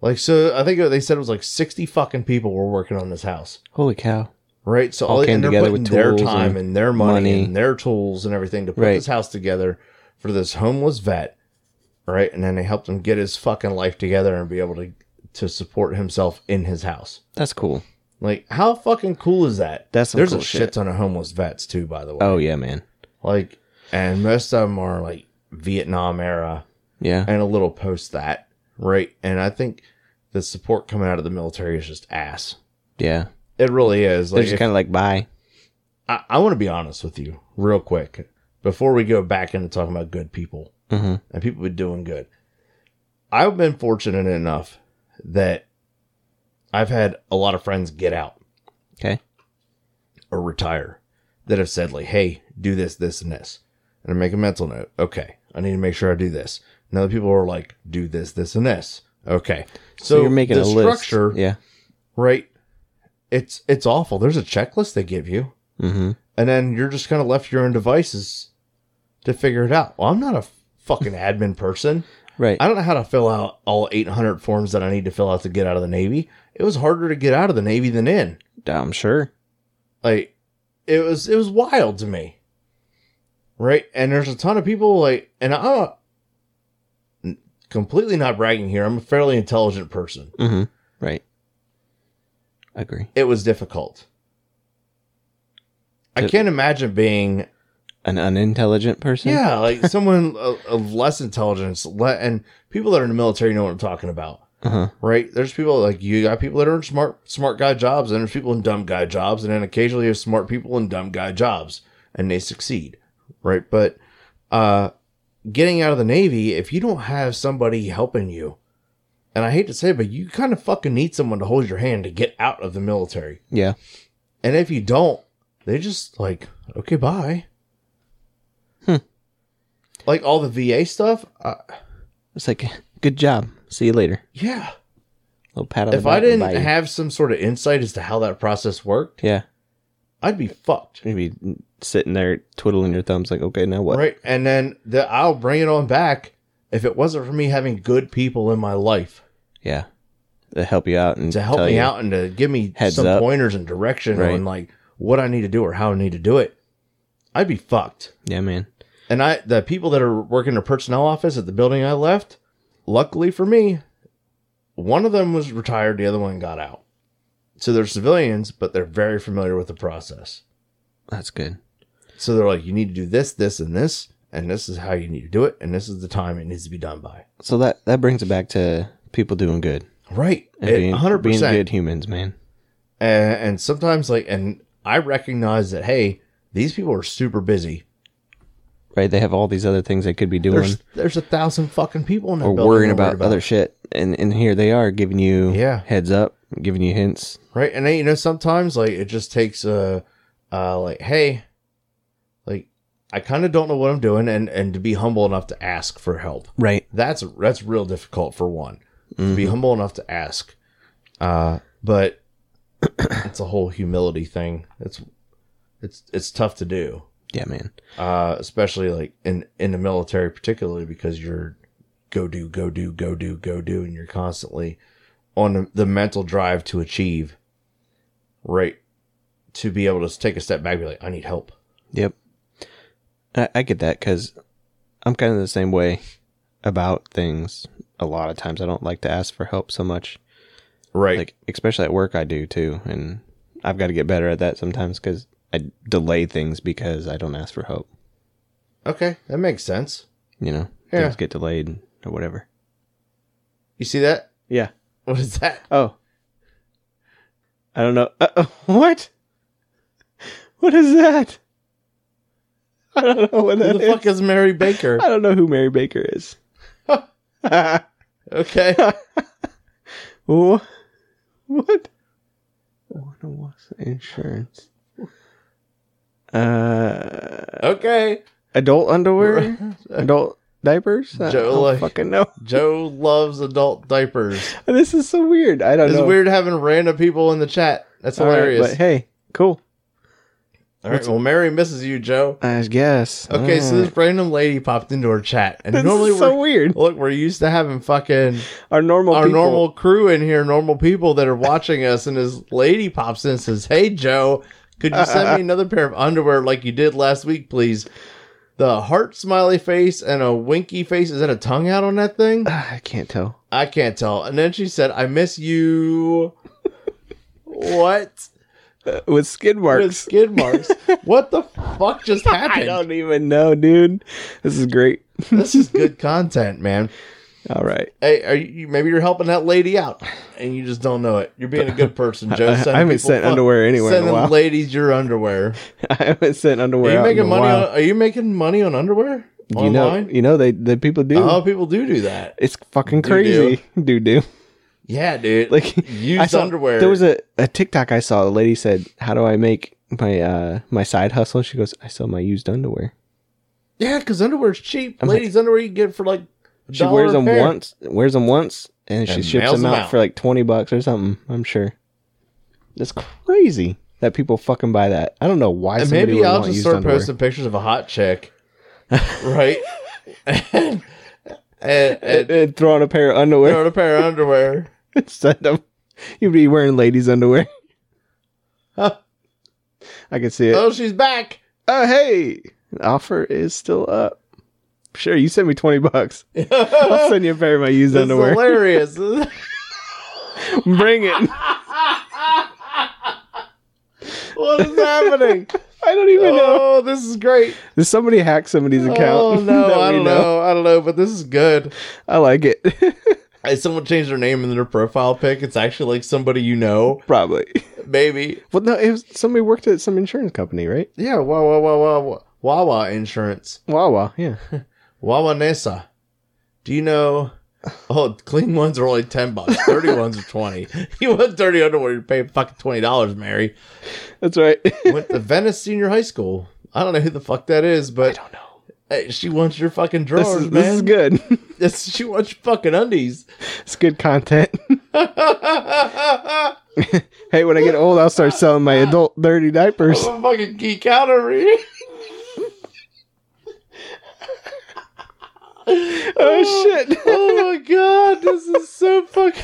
Speaker 3: Like, so I think they said it was like 60 fucking people were working on this house,
Speaker 4: Holy cow.
Speaker 3: right? So all,
Speaker 4: All
Speaker 3: they,
Speaker 4: came
Speaker 3: and they're
Speaker 4: together
Speaker 3: putting
Speaker 4: with
Speaker 3: their
Speaker 4: tools
Speaker 3: time
Speaker 4: and
Speaker 3: and, their money,
Speaker 4: money.
Speaker 3: and their tools and everything to put
Speaker 4: Right.
Speaker 3: this house together for this homeless vet, right? And then they helped him get his fucking life together and be able to to support himself in his house.
Speaker 4: That's cool.
Speaker 3: Like, how fucking cool is that?
Speaker 4: That's some
Speaker 3: there's
Speaker 4: cool
Speaker 3: a
Speaker 4: shit.
Speaker 3: shit ton of homeless vets too, by the way.
Speaker 4: Oh yeah, man.
Speaker 3: Like, and most of them are like Vietnam era
Speaker 4: Yeah.
Speaker 3: and a little post that, right? And I think the support coming out of the military is just ass.
Speaker 4: Yeah.
Speaker 3: It really is.
Speaker 4: They're
Speaker 3: Like,
Speaker 4: just
Speaker 3: if-
Speaker 4: kind of like bye.
Speaker 3: I, I want to be honest with you, real quick, before we go back into talking about good people
Speaker 4: Mm-hmm.
Speaker 3: and people who are doing good. I've been fortunate enough that I've had a lot of friends get out.
Speaker 4: Okay.
Speaker 3: or retire that have said like, "Hey, do this, this, and this," and I make a mental note. Okay, I need to make sure I do this. And other people are like, "Do this, this, and this." Okay, so,
Speaker 4: So, you're making
Speaker 3: the
Speaker 4: a list.
Speaker 3: structure,
Speaker 4: Yeah.
Speaker 3: right? It's it's awful. There's a checklist they give you,
Speaker 4: Mm-hmm.
Speaker 3: and then you're just kind of left to your own devices to figure it out. Well, I'm not a fucking admin person.
Speaker 4: Right.
Speaker 3: I don't know how to fill out all 800 forms that I need to fill out to get out of the Navy. It was harder to get out of the Navy than in.
Speaker 4: I'm sure.
Speaker 3: like it was it was wild to me right and there's a ton of people like and i'm n- completely not bragging here i'm a fairly intelligent person
Speaker 4: Mm-hmm. Right. Agree.
Speaker 3: it was difficult i
Speaker 4: Did-
Speaker 3: can't imagine being
Speaker 4: An unintelligent person.
Speaker 3: yeah like [LAUGHS] someone of, of less intelligence le- and people that are in the military know what i'm talking about
Speaker 4: Uh-huh.
Speaker 3: right there's people like you got people that are in smart smart guy jobs and there's people in dumb guy jobs and then occasionally you have smart people in dumb guy jobs and they succeed right but uh getting out of the navy if you don't have somebody helping you and i hate to say it, but you kind of fucking need someone to hold your hand to get out of the military
Speaker 4: Yeah.
Speaker 3: and if you don't they just like okay bye
Speaker 4: Hmm.
Speaker 3: like all the va stuff uh,
Speaker 4: It's like good job. See you later.
Speaker 3: yeah
Speaker 4: Little pat on the
Speaker 3: if i
Speaker 4: back and
Speaker 3: didn't
Speaker 4: bye.
Speaker 3: have some sort of insight as to how that process worked
Speaker 4: Yeah.
Speaker 3: I'd be fucked.
Speaker 4: Maybe sitting there twiddling your thumbs like, okay, now what?
Speaker 3: Right. And then the, I'll bring it on back if it wasn't for me having good people in my life
Speaker 4: Yeah. To help you out and
Speaker 3: to help
Speaker 4: tell
Speaker 3: me
Speaker 4: you.
Speaker 3: out and to give me
Speaker 4: Heads
Speaker 3: some
Speaker 4: up.
Speaker 3: pointers and direction
Speaker 4: Right.
Speaker 3: on like what I need to do or how I need to do it, I'd be fucked.
Speaker 4: Yeah, man.
Speaker 3: And I, the people that are working in the personnel office at the building I left, luckily for me, one of them was retired, the other one got out. So they're civilians, but they're very familiar with the process.
Speaker 4: That's good.
Speaker 3: So they're like, you need to do this, this, and this, and this is how you need to do it, and this is the time it needs to be done by.
Speaker 4: So that that brings it back to people doing good
Speaker 3: Right,
Speaker 4: and being,
Speaker 3: one hundred
Speaker 4: being
Speaker 3: percent.
Speaker 4: good humans, man.
Speaker 3: and, and sometimes like and i recognize that hey these people are super busy
Speaker 4: Right? They have all these other things they could be doing
Speaker 3: there's there's a thousand fucking people in that
Speaker 4: or
Speaker 3: building
Speaker 4: worrying
Speaker 3: to worry
Speaker 4: about, other shit. And and here they are giving you
Speaker 3: Yeah.
Speaker 4: heads up, giving you hints.
Speaker 3: right and then, you know sometimes like it just takes uh uh like hey like i kind of don't know what i'm doing and and to be humble enough to ask for help
Speaker 4: Right.
Speaker 3: that's that's real difficult for one to be humble enough to ask uh but [CLEARS THROAT] it's a whole humility thing it's it's it's tough to do
Speaker 4: Yeah, man.
Speaker 3: uh, especially like in in the military, particularly because you're go do go do go do go do, and you're constantly on the, the mental drive to achieve, right? To be able to take a step back, and be like, I need help.
Speaker 4: Yep. I, I get that because I'm kind of the same way about things. A lot of times I don't like to ask for help so much.
Speaker 3: Right.
Speaker 4: Like, especially at work, I do too. And I've got to get better at that sometimes because I delay things because I don't ask for help.
Speaker 3: okay, that makes sense.
Speaker 4: You know,
Speaker 3: Yeah.
Speaker 4: things get delayed or whatever.
Speaker 3: You see that? [LAUGHS]
Speaker 4: Yeah.
Speaker 3: What is that?
Speaker 4: Oh. I don't know. Uh, uh, what? What is that? I don't know what
Speaker 3: Who
Speaker 4: that
Speaker 3: the
Speaker 4: is.
Speaker 3: fuck is Mary Baker?
Speaker 4: [LAUGHS] I don't know who Mary Baker
Speaker 3: [LAUGHS]
Speaker 4: is.
Speaker 3: Okay.
Speaker 4: Wha- What? What was insurance? Uh,
Speaker 3: Okay.
Speaker 4: adult
Speaker 3: [LAUGHS]
Speaker 4: underwear, adult diapers. I
Speaker 3: Joe,
Speaker 4: don't
Speaker 3: like-
Speaker 4: fucking know. [LAUGHS]
Speaker 3: Joe loves adult diapers.
Speaker 4: This is so weird. I don't
Speaker 3: It's
Speaker 4: know.
Speaker 3: weird having random people in the chat. That's
Speaker 4: All right,
Speaker 3: hilarious.
Speaker 4: but hey, cool.
Speaker 3: All right. Well, Mary misses you, Joe.
Speaker 4: I guess.
Speaker 3: Okay, so
Speaker 4: All
Speaker 3: this random lady popped into our chat, and
Speaker 4: right. Mm. this
Speaker 3: normally
Speaker 4: is so
Speaker 3: we're
Speaker 4: weird.
Speaker 3: look, we're used to having fucking
Speaker 4: Our normal,
Speaker 3: our
Speaker 4: people.
Speaker 3: normal crew in here, normal people that are watching us, and this lady pops in and says, "Hey, Joe, could you
Speaker 4: [LAUGHS]
Speaker 3: send me another pair of underwear like you did last week, please?" The heart smiley face and a winky face. Is that a tongue out on that
Speaker 4: [SIGHS]
Speaker 3: thing?
Speaker 4: I can't tell.
Speaker 3: I can't tell. And then she said, "I miss you." what
Speaker 4: [LAUGHS] With skid
Speaker 3: with
Speaker 4: marks.
Speaker 3: skid marks?
Speaker 4: [LAUGHS]
Speaker 3: what the fuck just
Speaker 4: I
Speaker 3: happened?
Speaker 4: don't even know, dude. This is great.
Speaker 3: This is good content, man.
Speaker 4: All right. [LAUGHS]
Speaker 3: Hey, are you, maybe you're helping that lady out, and you just don't know it. You're being a good person,
Speaker 4: [LAUGHS]
Speaker 3: Joe.
Speaker 4: I- I
Speaker 3: Send
Speaker 4: haven't
Speaker 3: people-
Speaker 4: sent
Speaker 3: fuck,
Speaker 4: underwear anywhere in a
Speaker 3: Send them
Speaker 4: while.
Speaker 3: ladies your underwear.
Speaker 4: I haven't sent
Speaker 3: Are
Speaker 4: underwear.
Speaker 3: you
Speaker 4: out in
Speaker 3: making
Speaker 4: a
Speaker 3: money?
Speaker 4: while.
Speaker 3: On, are you making money on underwear
Speaker 4: You know,
Speaker 3: online?
Speaker 4: you know they the people do.
Speaker 3: oh, people do do that.
Speaker 4: It's fucking
Speaker 3: Do-do.
Speaker 4: crazy, [LAUGHS] dude. Do
Speaker 3: Yeah, dude.
Speaker 4: like
Speaker 3: used
Speaker 4: I saw,
Speaker 3: underwear.
Speaker 4: There was a, a TikTok I saw. The lady said, "How do I make my uh my side hustle?" She goes, "I sell my used underwear."
Speaker 3: yeah, because underwear's cheap.
Speaker 4: I'm like-
Speaker 3: ladies' underwear you can get for like a
Speaker 4: She
Speaker 3: dollar
Speaker 4: wears
Speaker 3: a
Speaker 4: them
Speaker 3: pair.
Speaker 4: once, wears them once, and, she
Speaker 3: And
Speaker 4: ships
Speaker 3: mails
Speaker 4: them
Speaker 3: them
Speaker 4: out,
Speaker 3: out.
Speaker 4: for like twenty bucks or something. I'm sure. That's crazy that people fucking buy that. I don't know why.
Speaker 3: And
Speaker 4: somebody
Speaker 3: maybe
Speaker 4: would
Speaker 3: I'll
Speaker 4: want
Speaker 3: just
Speaker 4: used
Speaker 3: start
Speaker 4: underwear.
Speaker 3: posting pictures of a hot
Speaker 4: [LAUGHS]
Speaker 3: chick, right? and and,
Speaker 4: and,
Speaker 3: and
Speaker 4: and throw on a pair of underwear [LAUGHS]
Speaker 3: throwing a pair of underwear.
Speaker 4: and send them. You'd be wearing ladies' underwear.
Speaker 3: Huh.
Speaker 4: I can see it.
Speaker 3: Oh,
Speaker 4: [LAUGHS]
Speaker 3: she's back.
Speaker 4: Oh, hey, the offer is still up. Sure, you send me 20 bucks. [LAUGHS] I'll send you a pair of my used
Speaker 3: That's
Speaker 4: underwear.
Speaker 3: hilarious. [LAUGHS]
Speaker 4: Bring it. [LAUGHS]
Speaker 3: what is happening?
Speaker 4: [LAUGHS] I don't even know.
Speaker 3: Oh, this is great.
Speaker 4: Did somebody hack somebody's account?
Speaker 3: Oh
Speaker 4: [LAUGHS] that
Speaker 3: no,
Speaker 4: we
Speaker 3: I don't know. I don't know, but this is good.
Speaker 4: I like it. [LAUGHS]
Speaker 3: Hey, someone changed their name in their profile pic. It's actually like somebody you know,
Speaker 4: Probably.
Speaker 3: maybe.
Speaker 4: Well, no, it was somebody worked at some insurance company, right?
Speaker 3: Yeah, Wawa Wawa Wawa- Wawa Insurance,
Speaker 4: Wawa, yeah.
Speaker 3: Wawa Nessa. Do you know? Oh, clean ones are only ten bucks. Dirty ones are twenty. [LAUGHS] You want dirty underwear? You're paying fucking twenty dollars, Mary.
Speaker 4: That's right. [LAUGHS]
Speaker 3: Went to Venice Senior High School. I don't know who the fuck that is, but
Speaker 4: don't know.
Speaker 3: Hey, she wants your fucking drawers,
Speaker 4: This is,
Speaker 3: man.
Speaker 4: this is good.
Speaker 3: This- she wants your fucking undies.
Speaker 4: [LAUGHS]
Speaker 3: [LAUGHS]
Speaker 4: it's good content. [LAUGHS]
Speaker 3: I'm
Speaker 4: hey, when I get old, I'll start selling my adult dirty diapers.
Speaker 3: a fucking geek out over here.
Speaker 4: oh, shit.
Speaker 3: [LAUGHS] Oh my god, this is so fucking.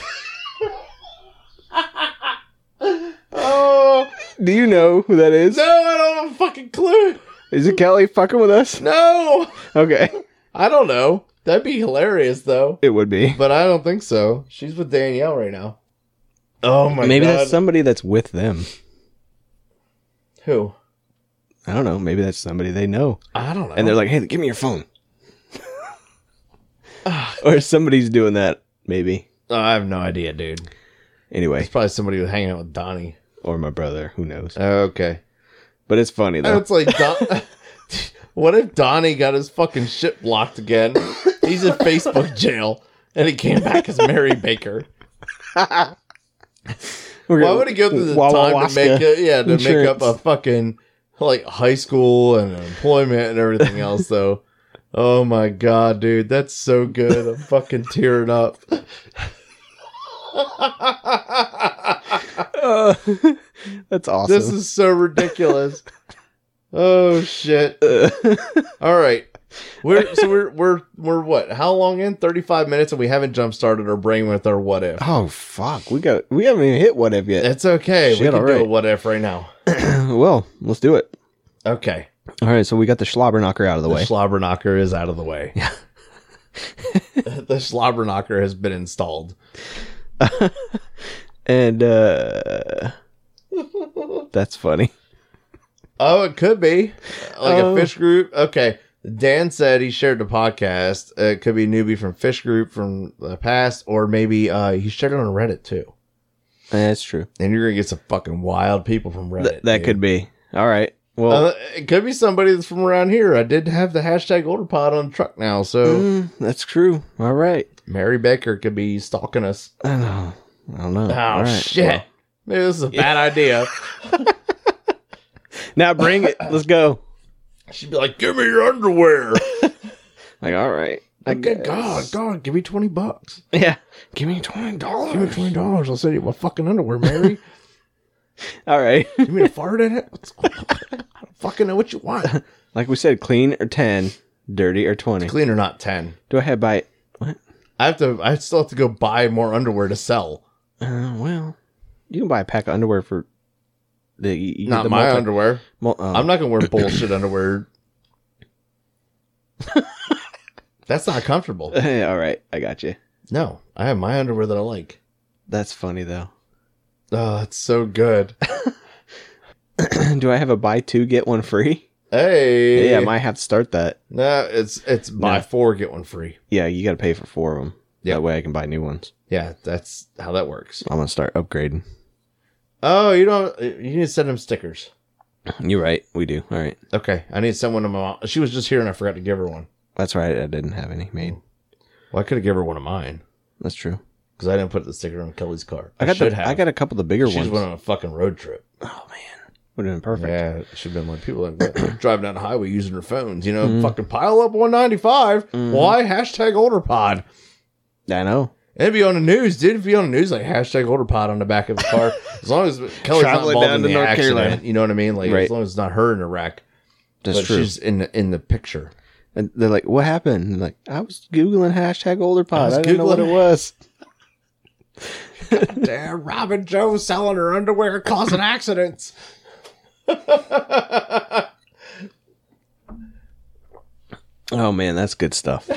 Speaker 3: oh,
Speaker 4: Do you know who that
Speaker 3: [LAUGHS]
Speaker 4: is?
Speaker 3: No, I don't have a fucking clue.
Speaker 4: Is it Kelly fucking with us?
Speaker 3: No,
Speaker 4: Okay.
Speaker 3: I don't know. That'd be hilarious though,
Speaker 4: It would be.
Speaker 3: but I don't think so. She's with Danielle right now. Oh my
Speaker 4: maybe
Speaker 3: god,
Speaker 4: that's somebody that's with them.
Speaker 3: who?
Speaker 4: I don't know. Maybe that's somebody they know.
Speaker 3: I don't know.
Speaker 4: And they're like, hey, give me your phone. [LAUGHS]
Speaker 3: Ah.
Speaker 4: or somebody's doing that, maybe.
Speaker 3: Oh, I have no idea, dude.
Speaker 4: Anyway,
Speaker 3: It's probably somebody who was hanging out with Donnie.
Speaker 4: or my brother, who knows.
Speaker 3: Okay,
Speaker 4: But it's funny,
Speaker 3: And
Speaker 4: though.
Speaker 3: it's like, Don- [LAUGHS] what if Donnie got his fucking shit blocked again? He's in Facebook jail, and he came back as Mary Baker. Why would he go through the time to make it? Yeah, to make up a
Speaker 4: insurance.
Speaker 3: fucking like high school and employment and everything else. Though, oh my god, dude, that's so good. I'm fucking tearing up. [LAUGHS]
Speaker 4: [LAUGHS] that's awesome.
Speaker 3: This is so
Speaker 4: [LAUGHS]
Speaker 3: ridiculous. oh shit. All right. We're so we're we're we're what? How long in? Thirty five minutes, and we haven't jump started our brain with our what if.
Speaker 4: oh, fuck. We got we haven't even hit what if yet.
Speaker 3: It's okay. we
Speaker 4: Shit,
Speaker 3: can
Speaker 4: all
Speaker 3: do a
Speaker 4: right.
Speaker 3: what if right now.
Speaker 4: [CLEARS THROAT] well, let's do it.
Speaker 3: Okay.
Speaker 4: All right, so we got the slobber knocker out of the
Speaker 3: The
Speaker 4: way.
Speaker 3: slobber knocker is out of the way. [LAUGHS] the slobber knocker has been installed.
Speaker 4: and [LAUGHS] uh that's funny.
Speaker 3: Oh, it could be like
Speaker 4: Oh.
Speaker 3: a fish group. Okay. Dan said he shared the podcast. Uh, It could be a newbie from Fish Group from the past, or maybe uh, he shared it on Reddit too.
Speaker 4: That's true.
Speaker 3: and you're gonna get some fucking wild people from Reddit.
Speaker 4: Th- that Uh-huh.
Speaker 3: dude.
Speaker 4: could be. All right. Well,
Speaker 3: Uh, it could be somebody that's from around here. I did have the hashtag OlderPod on the truck now, so
Speaker 4: mm, that's true. All right.
Speaker 3: Mary Becker could be stalking us.
Speaker 4: I don't know. I don't know.
Speaker 3: Oh
Speaker 4: Oh, All right.
Speaker 3: shit! Maybe this is a bad idea.
Speaker 4: Well, now bring [LAUGHS] it. Let's go.
Speaker 3: She'd be like, "Give me your
Speaker 4: [LAUGHS]
Speaker 3: underwear."
Speaker 4: Like, all right. I
Speaker 3: Like, Good
Speaker 4: guess.
Speaker 3: God, God, give me twenty bucks.
Speaker 4: Yeah. [LAUGHS] Give me twenty dollars.
Speaker 3: Give me twenty dollars. I'll send you my fucking underwear, Mary.
Speaker 4: All right.
Speaker 3: give me a fart in it. What's- I don't fucking know what you want.
Speaker 4: [LAUGHS] [LAUGHS] Like we said, clean or ten, dirty or twenty.
Speaker 3: Clean or not, ten.
Speaker 4: Do I have bite? What?
Speaker 3: I have to. I still have to go buy more underwear to sell.
Speaker 4: Uh, well, you can buy a pack of underwear for the you get
Speaker 3: Not
Speaker 4: the
Speaker 3: my
Speaker 4: multi-
Speaker 3: underwear.
Speaker 4: mul- um,
Speaker 3: I'm not gonna wear
Speaker 4: [LAUGHS]
Speaker 3: bullshit underwear. That's not comfortable.
Speaker 4: [LAUGHS] all right, I got you.
Speaker 3: No, I have my underwear that I like.
Speaker 4: That's funny though.
Speaker 3: Oh, it's so good.
Speaker 4: [CLEARS THROAT] Do I have a buy two get one free?
Speaker 3: Hey,
Speaker 4: Yeah, I might have to start that.
Speaker 3: no, it's it's buy
Speaker 4: No.
Speaker 3: four get one free.
Speaker 4: Yeah, you got to pay for four of them.
Speaker 3: Yeah.
Speaker 4: That way I can buy new ones.
Speaker 3: Yeah, that's how that works.
Speaker 4: I'm gonna start upgrading.
Speaker 3: Oh, you don't. You need to send them stickers.
Speaker 4: [CLEARS THROAT] You're right. We do. All right.
Speaker 3: Okay, I need someone to my mom. She was just here and I forgot to give her one.
Speaker 4: That's right. I didn't have any made.
Speaker 3: Well, I could have given her one of mine
Speaker 4: That's true.
Speaker 3: because I didn't put the sticker on Kelly's car.
Speaker 4: I got
Speaker 3: should
Speaker 4: the,
Speaker 3: have.
Speaker 4: I got a couple of the bigger
Speaker 3: She
Speaker 4: ones.
Speaker 3: just went on a fucking road trip.
Speaker 4: Oh man, would have been perfect.
Speaker 3: Yeah, it should have been like people like that, driving down the highway using their phones, you know, fucking pile up 195. Why? Hashtag older pod.
Speaker 4: I know.
Speaker 3: It'd be on the news, dude. It'd be on the news like hashtag older pod on the back of the [LAUGHS] car. as long as Kelly's not
Speaker 4: Traveling
Speaker 3: involved
Speaker 4: down
Speaker 3: in
Speaker 4: to
Speaker 3: the
Speaker 4: North
Speaker 3: accident,
Speaker 4: Carolina.
Speaker 3: you know what I mean? Like
Speaker 4: Right.
Speaker 3: as long as it's not her in the wreck,
Speaker 4: That's
Speaker 3: but
Speaker 4: true.
Speaker 3: she's in the, in the picture.
Speaker 4: And they're like, "What happened?" And like, I was googling hashtag older pod.
Speaker 3: was
Speaker 4: I, didn't know what
Speaker 3: Googling-
Speaker 4: it was.
Speaker 3: [LAUGHS] Damn, Robin Joe selling her underwear causing accidents.
Speaker 4: Oh man, that's good stuff.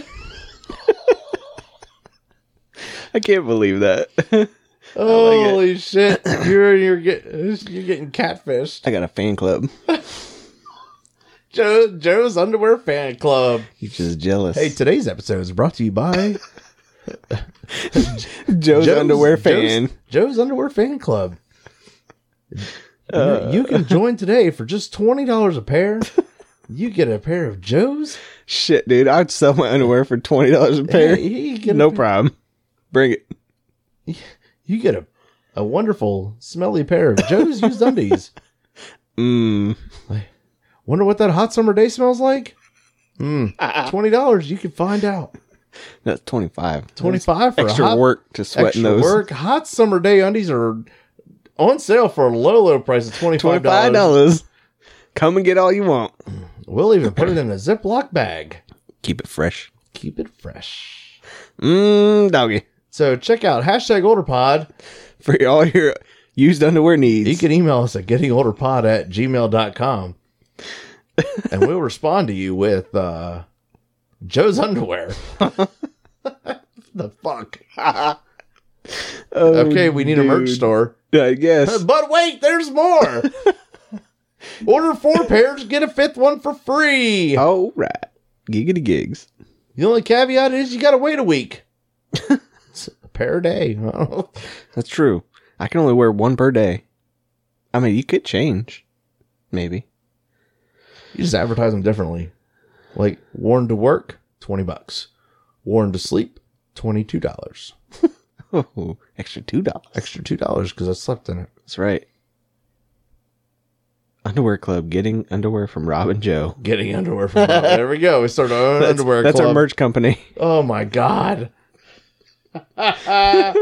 Speaker 4: I can't believe that. it.
Speaker 3: [LAUGHS] Holy [CLEARS THROAT] shit! You're you're getting you're getting catfished.
Speaker 4: [LAUGHS] I got a fan club.
Speaker 3: Joe Joe's underwear fan club.
Speaker 4: He's just jealous.
Speaker 3: Hey, today's episode is brought to you by
Speaker 4: Joe's, underwear fan.
Speaker 3: Joe's, Joe's underwear fan club. You-
Speaker 4: Uh,
Speaker 3: you can join today for just twenty dollars a pair. You get a pair of Joe's.
Speaker 4: Shit, dude, I'd sell my underwear for twenty dollars a pair.
Speaker 3: You- you get a
Speaker 4: no
Speaker 3: pair-
Speaker 4: problem. Bring it.
Speaker 3: You get a, a wonderful smelly pair of Joe's used undies.
Speaker 4: Mm.
Speaker 3: Wonder what that hot summer day smells like. Hmm. Twenty dollars. You can find out.
Speaker 4: That's twenty five.
Speaker 3: Twenty five for
Speaker 4: extra
Speaker 3: a hot,
Speaker 4: work to sweat
Speaker 3: extra
Speaker 4: those.
Speaker 3: work. Hot summer day undies are on sale for a low low price of twenty
Speaker 4: Twenty
Speaker 3: five
Speaker 4: five
Speaker 3: dollars.
Speaker 4: dollars. Come and get all you want.
Speaker 3: We'll even put it in a Ziploc bag.
Speaker 4: Keep it fresh.
Speaker 3: Keep it fresh.
Speaker 4: Mmm, doggy.
Speaker 3: So check out hashtag OlderPod.
Speaker 4: For all your used underwear needs.
Speaker 3: You can email us at gettingolderpod at gmail.com and we'll respond to you with uh, Joe's underwear. [LAUGHS] the fuck?
Speaker 4: Oh,
Speaker 3: Okay, we need a merch
Speaker 4: dude.
Speaker 3: store.
Speaker 4: I guess.
Speaker 3: But wait, there's more. Order four pairs, get a fifth one for free.
Speaker 4: All right. Giggity gigs.
Speaker 3: The only caveat is you got to wait a week. it's a pair a day. [LAUGHS] I don't know.
Speaker 4: That's true. I can only wear one per day. I mean, you could change. Maybe.
Speaker 3: You just advertise them differently. Like worn to work, twenty bucks. Worn to sleep, twenty two dollars.
Speaker 4: Oh, extra two dollars.
Speaker 3: Extra two dollars because I slept in it.
Speaker 4: That's right. Underwear Club getting underwear from Rob and Joe.
Speaker 3: Getting underwear from
Speaker 4: [LAUGHS]
Speaker 3: there we go. We start our own
Speaker 4: That's,
Speaker 3: underwear
Speaker 4: that's
Speaker 3: club.
Speaker 4: our merch company. [LAUGHS]
Speaker 3: Oh my god!
Speaker 4: I'm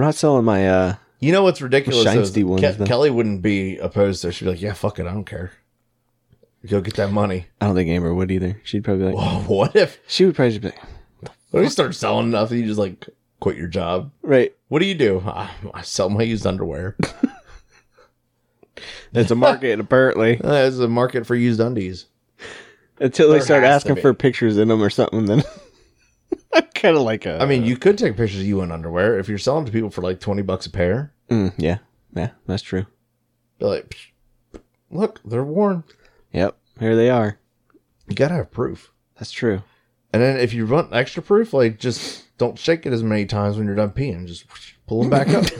Speaker 4: not selling my uh
Speaker 3: You know what's ridiculous? is
Speaker 4: Shiesty ones,
Speaker 3: Ke-
Speaker 4: though.
Speaker 3: Kelly wouldn't be opposed to. it. She'd be like, "Yeah, fuck it, I don't care. Go get that money." [LAUGHS]
Speaker 4: I don't think Amber would either. She'd probably be like
Speaker 3: Whoa, what if?
Speaker 4: she would probably just be like,
Speaker 3: When you start selling nothing, you just like quit your job.
Speaker 4: right.
Speaker 3: What do you do? I, I sell my used underwear. [LAUGHS]
Speaker 4: It's a market apparently.
Speaker 3: There's a market for used undies.
Speaker 4: Until they
Speaker 3: There
Speaker 4: start
Speaker 3: has to
Speaker 4: asking
Speaker 3: be.
Speaker 4: for pictures in them or something then [LAUGHS] kind of like a
Speaker 3: I mean, you could take pictures of you in underwear if you're selling to people for like twenty bucks a pair.
Speaker 4: Mm, yeah. Yeah, that's true.
Speaker 3: Be like, "Psh, look, they're worn.
Speaker 4: Yep. Here they are.
Speaker 3: You gotta have proof.
Speaker 4: That's true.
Speaker 3: And then if you want extra proof, like just don't shake it as many times when you're done peeing. Just whoosh, pull
Speaker 4: [LAUGHS]
Speaker 3: them back up. [LAUGHS]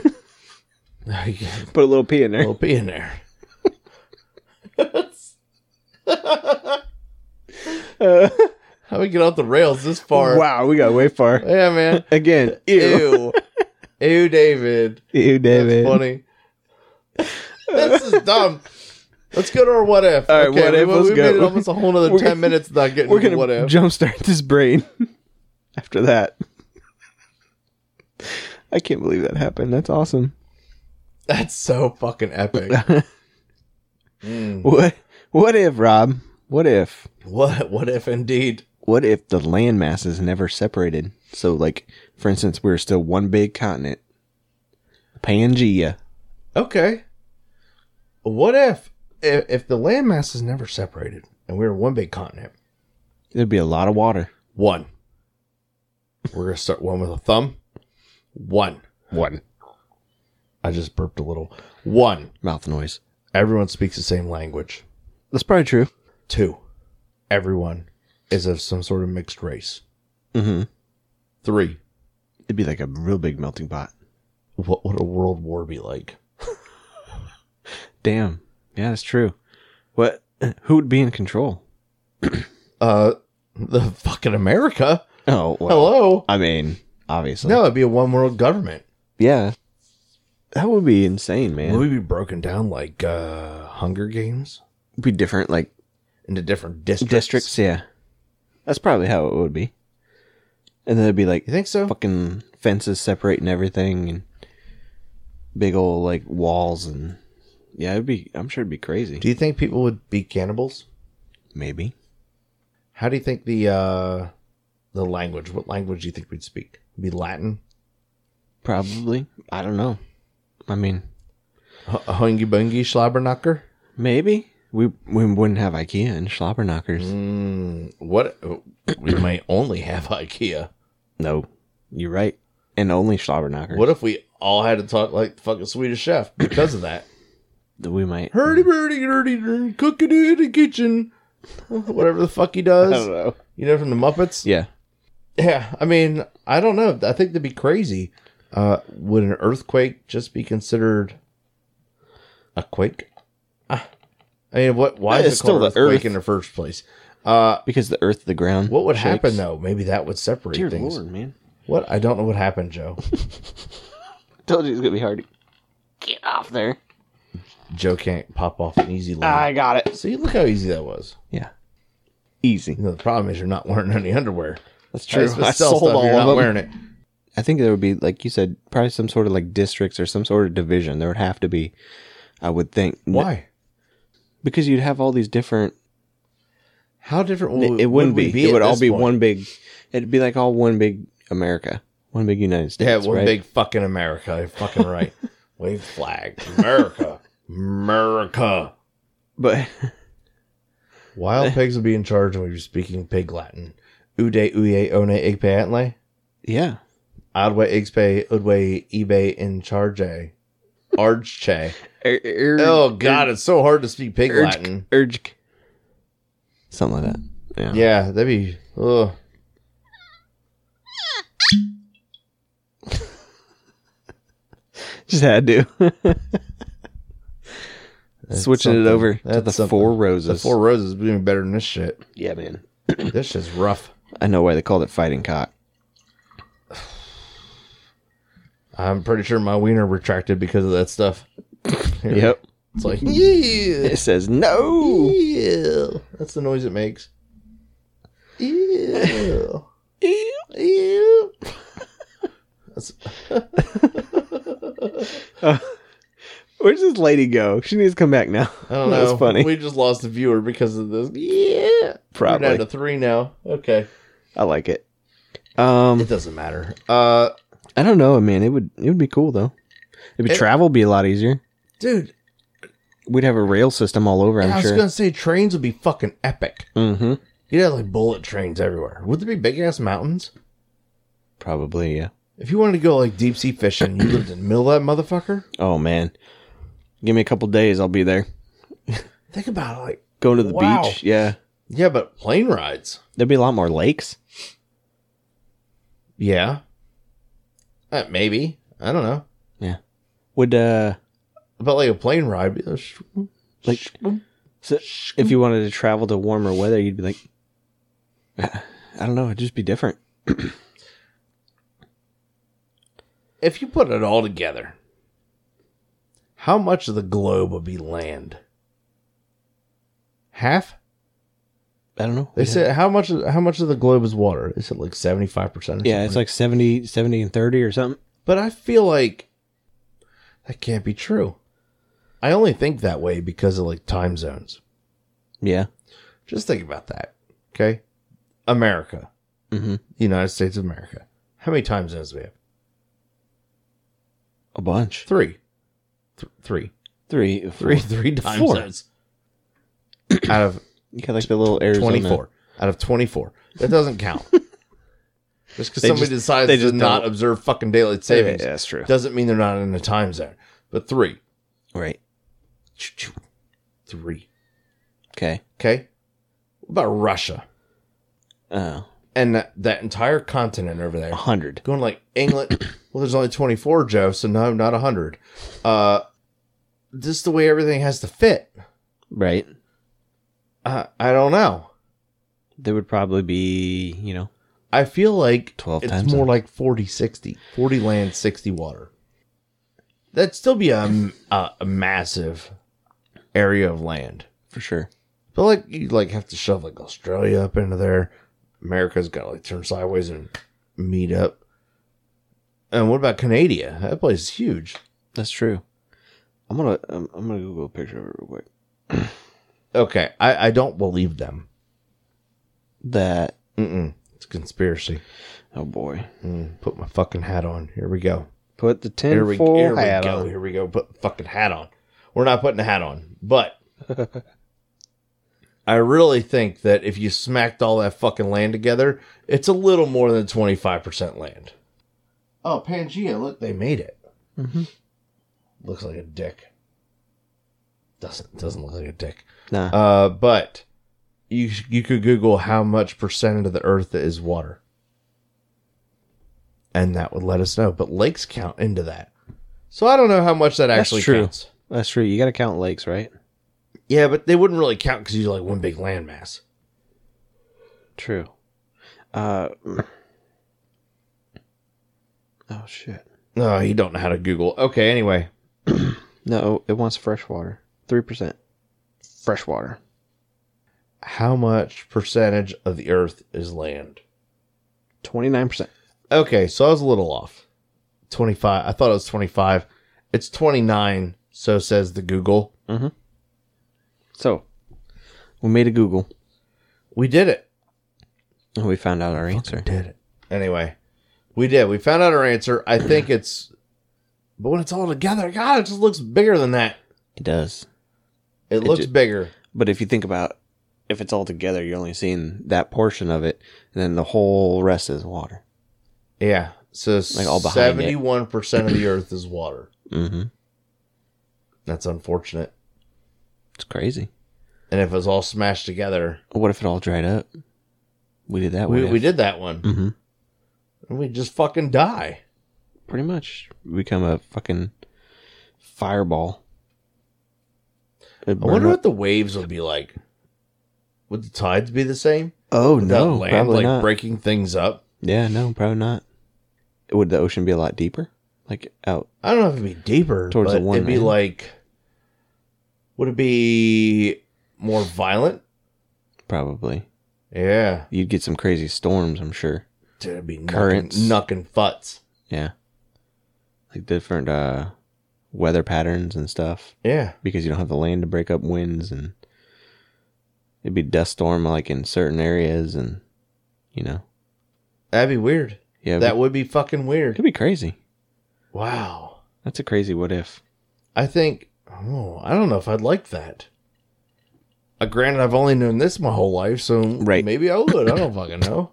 Speaker 3: You got
Speaker 4: Put a little pee in
Speaker 3: a
Speaker 4: there.
Speaker 3: little pee in there.
Speaker 4: [LAUGHS] Uh,
Speaker 3: How we get off the rails this far?
Speaker 4: wow, we got way far. [LAUGHS]
Speaker 3: Yeah, man.
Speaker 4: Again, ew.
Speaker 3: Ew. Ew, David.
Speaker 4: [LAUGHS] Ew, David.
Speaker 3: That's funny. this is dumb. Let's go to our what if.
Speaker 4: All right, what if,
Speaker 3: we,
Speaker 4: let's
Speaker 3: we
Speaker 4: go.
Speaker 3: made it almost a whole
Speaker 4: [LAUGHS]
Speaker 3: other
Speaker 4: We're
Speaker 3: ten
Speaker 4: gonna-
Speaker 3: minutes not getting
Speaker 4: We're
Speaker 3: to
Speaker 4: gonna
Speaker 3: what if.
Speaker 4: jumpstart this brain [LAUGHS] after that. I can't believe that happened. That's awesome.
Speaker 3: That's so fucking epic. Mm.
Speaker 4: What what if, Rob? What if
Speaker 3: What what if indeed?
Speaker 4: what if the land masses never separated? So like for instance, we're still one big continent. Pangea.
Speaker 3: Okay. What if if, if the landmass is never separated and we we're one big continent?
Speaker 4: There'd be a lot of water.
Speaker 3: One. We're gonna start one with a thumb. One.
Speaker 4: One.
Speaker 3: I just burped a little. One.
Speaker 4: Mouth noise.
Speaker 3: Everyone speaks the same language.
Speaker 4: That's probably true.
Speaker 3: Two, everyone is of some sort of mixed race.
Speaker 4: Mm-hmm.
Speaker 3: Three,
Speaker 4: It'd be like a real big melting pot.
Speaker 3: what would a world war be like?
Speaker 4: Damn. Yeah, that's true. What [LAUGHS] who would be in control?
Speaker 3: Uh, the fucking America.
Speaker 4: Oh well.
Speaker 3: Hello.
Speaker 4: I mean, obviously.
Speaker 3: No, it'd be a one world government.
Speaker 4: Yeah. That would be insane, man.
Speaker 3: Would we be broken down like uh, Hunger Games
Speaker 4: be different, like
Speaker 3: into different districts?
Speaker 4: districts. Yeah. That's probably how it would be. And then it'd be like
Speaker 3: You think so?
Speaker 4: fucking fences separating everything and big old like walls and yeah, it'd be I'm sure it'd be crazy.
Speaker 3: Do you think people would be cannibals?
Speaker 4: Maybe.
Speaker 3: How do you think the uh, the language? What language do you think we'd speak? Be Latin?
Speaker 4: Probably. I don't know. I mean,
Speaker 3: H- hungy bungy schlabberknocker?
Speaker 4: maybe. We we wouldn't have IKEA and Schlabberknockers.
Speaker 3: Mm, what? We might only have IKEA.
Speaker 4: No. You're right. And only Schlabberknockers.
Speaker 3: What if we all had to talk like the fucking Swedish chef because of that?
Speaker 4: we might
Speaker 3: [COUGHS] Hurdy burdy dirty dirty cooking in the kitchen. Whatever the fuck he does.
Speaker 4: know.
Speaker 3: You know from the Muppets?
Speaker 4: Yeah.
Speaker 3: Yeah. I mean, I don't know. I think that'd be crazy. Uh would an earthquake just be considered a quake? Ah, I mean what why
Speaker 4: Yeah,
Speaker 3: is
Speaker 4: it's
Speaker 3: it called
Speaker 4: still the
Speaker 3: earthquake
Speaker 4: earth.
Speaker 3: in the first place? Uh
Speaker 4: Because the earth, the ground.
Speaker 3: what would
Speaker 4: shakes.
Speaker 3: happen though? Maybe that would separate
Speaker 4: Dear
Speaker 3: things.
Speaker 4: Lord, man.
Speaker 3: What? I don't know what happened, Joe.
Speaker 4: Told you it's gonna be hard to get off there.
Speaker 3: Joe can't pop off an easy line.
Speaker 4: got it.
Speaker 3: See, look how easy that was.
Speaker 4: Yeah. Easy.
Speaker 3: You know, the problem is you're not wearing any underwear.
Speaker 4: That's
Speaker 3: Try
Speaker 4: [LAUGHS]
Speaker 3: to
Speaker 4: I
Speaker 3: sell
Speaker 4: sold
Speaker 3: stuff,
Speaker 4: all
Speaker 3: you're not
Speaker 4: of them.
Speaker 3: wearing it.
Speaker 4: I think there would be, like you said, probably some sort of like districts or some sort of division. There would have to be, I would think.
Speaker 3: Why?
Speaker 4: Because you'd have all these different.
Speaker 3: How different would
Speaker 4: It,
Speaker 3: would
Speaker 4: wouldn't
Speaker 3: we
Speaker 4: be. It
Speaker 3: at
Speaker 4: would all
Speaker 3: this
Speaker 4: be
Speaker 3: point?
Speaker 4: one big. It'd be like all one big America, one big United States.
Speaker 3: Yeah, one
Speaker 4: right? [LAUGHS]
Speaker 3: big fucking America. You're fucking right. Wave flag. America. America.
Speaker 4: But [LAUGHS]
Speaker 3: Wild pigs would be in charge and we'd be speaking pig Latin. Ude uye one igpe atle.
Speaker 4: yeah,
Speaker 3: Adwe igpe udwe ibe in charge. Archche.
Speaker 4: Ur- ur-
Speaker 3: Oh god, it's so hard to speak pig
Speaker 4: urge-
Speaker 3: Latin.
Speaker 4: urge, something like that. Yeah.
Speaker 3: Yeah, that'd be ugh.
Speaker 4: just had to [LAUGHS]
Speaker 3: That's
Speaker 4: switching it
Speaker 3: something.
Speaker 4: over to
Speaker 3: That's
Speaker 4: the
Speaker 3: something.
Speaker 4: four roses.
Speaker 3: The four roses would be even better than this shit.
Speaker 4: yeah, man.
Speaker 3: This shit's rough.
Speaker 4: I know why they called it fighting cock.
Speaker 3: I'm pretty sure my wiener retracted because of that stuff. [LAUGHS]
Speaker 4: Yep.
Speaker 3: It's like yeah,
Speaker 4: [LAUGHS] It says no.
Speaker 3: yeah. That's the noise it makes. Ew. Ew. That's,
Speaker 4: Where's this lady go? She needs to come back now. [LAUGHS]
Speaker 3: I don't know.
Speaker 4: That's funny.
Speaker 3: We just lost a viewer because of this. Yeah. We're down to
Speaker 4: Probably.
Speaker 3: three now. Okay.
Speaker 4: I like it. Um,
Speaker 3: It doesn't matter. Uh,
Speaker 4: I don't know, man. It would it would be cool though. It would
Speaker 3: It-
Speaker 4: travel would be a lot easier.
Speaker 3: dude.
Speaker 4: We'd have a rail system all over.
Speaker 3: i
Speaker 4: I'm
Speaker 3: was
Speaker 4: sure.
Speaker 3: gonna say trains would be fucking epic.
Speaker 4: Mm-hmm.
Speaker 3: You'd have like bullet trains everywhere. Would there be big ass mountains?
Speaker 4: Probably. Yeah.
Speaker 3: If you wanted to go like deep sea fishing, you lived in the middle of that motherfucker.
Speaker 4: Oh man. Give me a couple days. I'll be there.
Speaker 3: Think about it, like
Speaker 4: Going to the
Speaker 3: Wow.
Speaker 4: beach. Yeah.
Speaker 3: yeah, but plane rides.
Speaker 4: There'd be a lot more lakes.
Speaker 3: Yeah, uh, maybe I don't know.
Speaker 4: Would uh,
Speaker 3: But like a plane ride, be like, sh-
Speaker 4: Like-
Speaker 3: sh- um,
Speaker 4: so if you wanted to travel to warmer weather, you'd be like, I don't know. It'd just be different.
Speaker 3: if you put it all together, how much of the globe would be land? Half.
Speaker 4: I don't know.
Speaker 3: They
Speaker 4: Yeah.
Speaker 3: said how much? How much of the globe is water? They said like seventy five percent.
Speaker 4: Yeah, it's like 70, 70 and 30 or something.
Speaker 3: But I feel like that can't be true. I only think that way because of like time zones.
Speaker 4: Yeah.
Speaker 3: Just think about that. Okay. America,
Speaker 4: Mm-hmm.
Speaker 3: United States of America. How many time zones do we have?
Speaker 4: A bunch.
Speaker 3: Three. Th- three.
Speaker 4: Three.
Speaker 3: Three, three time
Speaker 4: Four.
Speaker 3: zones. [COUGHS] out of
Speaker 4: You got like the little Arizona.
Speaker 3: 24. Out of 24. That
Speaker 4: [LAUGHS]
Speaker 3: doesn't count. just because
Speaker 4: They
Speaker 3: somebody
Speaker 4: just-
Speaker 3: decides
Speaker 4: they
Speaker 3: to
Speaker 4: just
Speaker 3: not
Speaker 4: don't.
Speaker 3: observe fucking daylight
Speaker 4: Yeah,
Speaker 3: savings
Speaker 4: that's true.
Speaker 3: doesn't mean they're not in a time zone. But three.
Speaker 4: Right.
Speaker 3: Three.
Speaker 4: Okay.
Speaker 3: Okay. What about Russia
Speaker 4: Oh.
Speaker 3: and that, that entire continent over there?
Speaker 4: 100.
Speaker 3: Going like England. [COUGHS] well, there's only 24, Joe, so no, not 100. Uh, just the way everything has to fit.
Speaker 4: Right.
Speaker 3: Uh, I don't know.
Speaker 4: There would probably be, you know,
Speaker 3: I feel like
Speaker 4: 12
Speaker 3: it's
Speaker 4: times
Speaker 3: more
Speaker 4: that.
Speaker 3: like 40 60. 40 land, 60 water. That'd still be a, a, a massive area of land.
Speaker 4: for sure.
Speaker 3: But like you like have to shove like Australia up into there. America's got to like turn sideways and meet up. And what about Canada? That place is huge.
Speaker 4: That's true. I'm gonna I'm, I'm gonna Google a picture of it real quick.
Speaker 3: Okay, I, I don't believe them.
Speaker 4: That
Speaker 3: Mm-mm. It's a conspiracy.
Speaker 4: oh boy.
Speaker 3: Mm, put my fucking hat on. Here we go.
Speaker 4: Put the
Speaker 3: Here we,
Speaker 4: tin
Speaker 3: here
Speaker 4: foil
Speaker 3: we
Speaker 4: hat
Speaker 3: go.
Speaker 4: on.
Speaker 3: Here we go. Put the fucking hat on. We're not putting a hat on, [LAUGHS] but I really think that if you smacked all that fucking land together, it's a little more than twenty five percent land. Oh, Pangea! Look, Mm-hmm. they made it.
Speaker 4: Mhm.
Speaker 3: Looks like a dick. Doesn't doesn't look like a dick.
Speaker 4: Nah.
Speaker 3: Uh, but you you could Google how much percentage of the Earth is water, and that would let us know. But lakes count into that, so I don't know how much that actually
Speaker 4: true.
Speaker 3: counts.
Speaker 4: That's true. You gotta count lakes, right?
Speaker 3: Yeah, but they wouldn't really count because you like one big landmass.
Speaker 4: True. Uh Oh shit.
Speaker 3: No, you don't know how to Google. Okay, anyway,
Speaker 4: No, it wants fresh water. Three percent. Fresh water.
Speaker 3: how much percentage of the Earth is land?
Speaker 4: Twenty nine percent.
Speaker 3: Okay, so I was a little off. Twenty five. I thought it was twenty five. It's twenty nine. So says the Google.
Speaker 4: So we made a Google
Speaker 3: We did it.
Speaker 4: and we found out our answer.
Speaker 3: Did it. Anyway, we did. We found out our answer. I think it's But when it's all together, God, it just looks bigger than that.
Speaker 4: It does.
Speaker 3: It, looks
Speaker 4: ju-
Speaker 3: bigger.
Speaker 4: But if you think about if it's all together, you're only seeing that portion of it, and then the whole rest is water.
Speaker 3: Yeah. So
Speaker 4: Like, all behind it.
Speaker 3: seventy-one percent of the Earth is water.
Speaker 4: Mm-hmm.
Speaker 3: That's unfortunate.
Speaker 4: It's crazy.
Speaker 3: And if it's all smashed together,
Speaker 4: What if it all dried up? We did that.
Speaker 3: we,
Speaker 4: what
Speaker 3: we
Speaker 4: if.
Speaker 3: did that one,
Speaker 4: Mhm.
Speaker 3: and we just fucking die.
Speaker 4: pretty much become a fucking fireball. It'd
Speaker 3: I
Speaker 4: burn
Speaker 3: wonder
Speaker 4: up-
Speaker 3: what the waves would be like. Would the tides be the same?
Speaker 4: oh
Speaker 3: Without
Speaker 4: no,
Speaker 3: land
Speaker 4: probably
Speaker 3: like
Speaker 4: not.
Speaker 3: breaking things up.
Speaker 4: yeah, no, probably not. Would the ocean be a lot deeper? Like out?
Speaker 3: I don't know if it'd be deeper
Speaker 4: Towards
Speaker 3: but
Speaker 4: the one
Speaker 3: It'd be
Speaker 4: end.
Speaker 3: like, would it be more violent?
Speaker 4: Probably.
Speaker 3: Yeah,
Speaker 4: You'd get some crazy storms, I'm sure.
Speaker 3: Dude, it'd be
Speaker 4: Currents.
Speaker 3: currents, knucking futts.
Speaker 4: Yeah, like different uh, weather patterns and stuff
Speaker 3: Yeah,
Speaker 4: because you don't have the land to break up winds and it'd be dust storm like in certain areas and you know
Speaker 3: that'd be weird.
Speaker 4: yeah it'd
Speaker 3: that
Speaker 4: be-
Speaker 3: would be fucking weird.
Speaker 4: it'd be crazy.
Speaker 3: Wow.
Speaker 4: That's a crazy what if.
Speaker 3: I think. Oh, I don't know if I'd like that. Uh, granted, I've only known this my whole life, so
Speaker 4: Right.
Speaker 3: maybe I would. I
Speaker 4: [COUGHS]
Speaker 3: don't fucking know.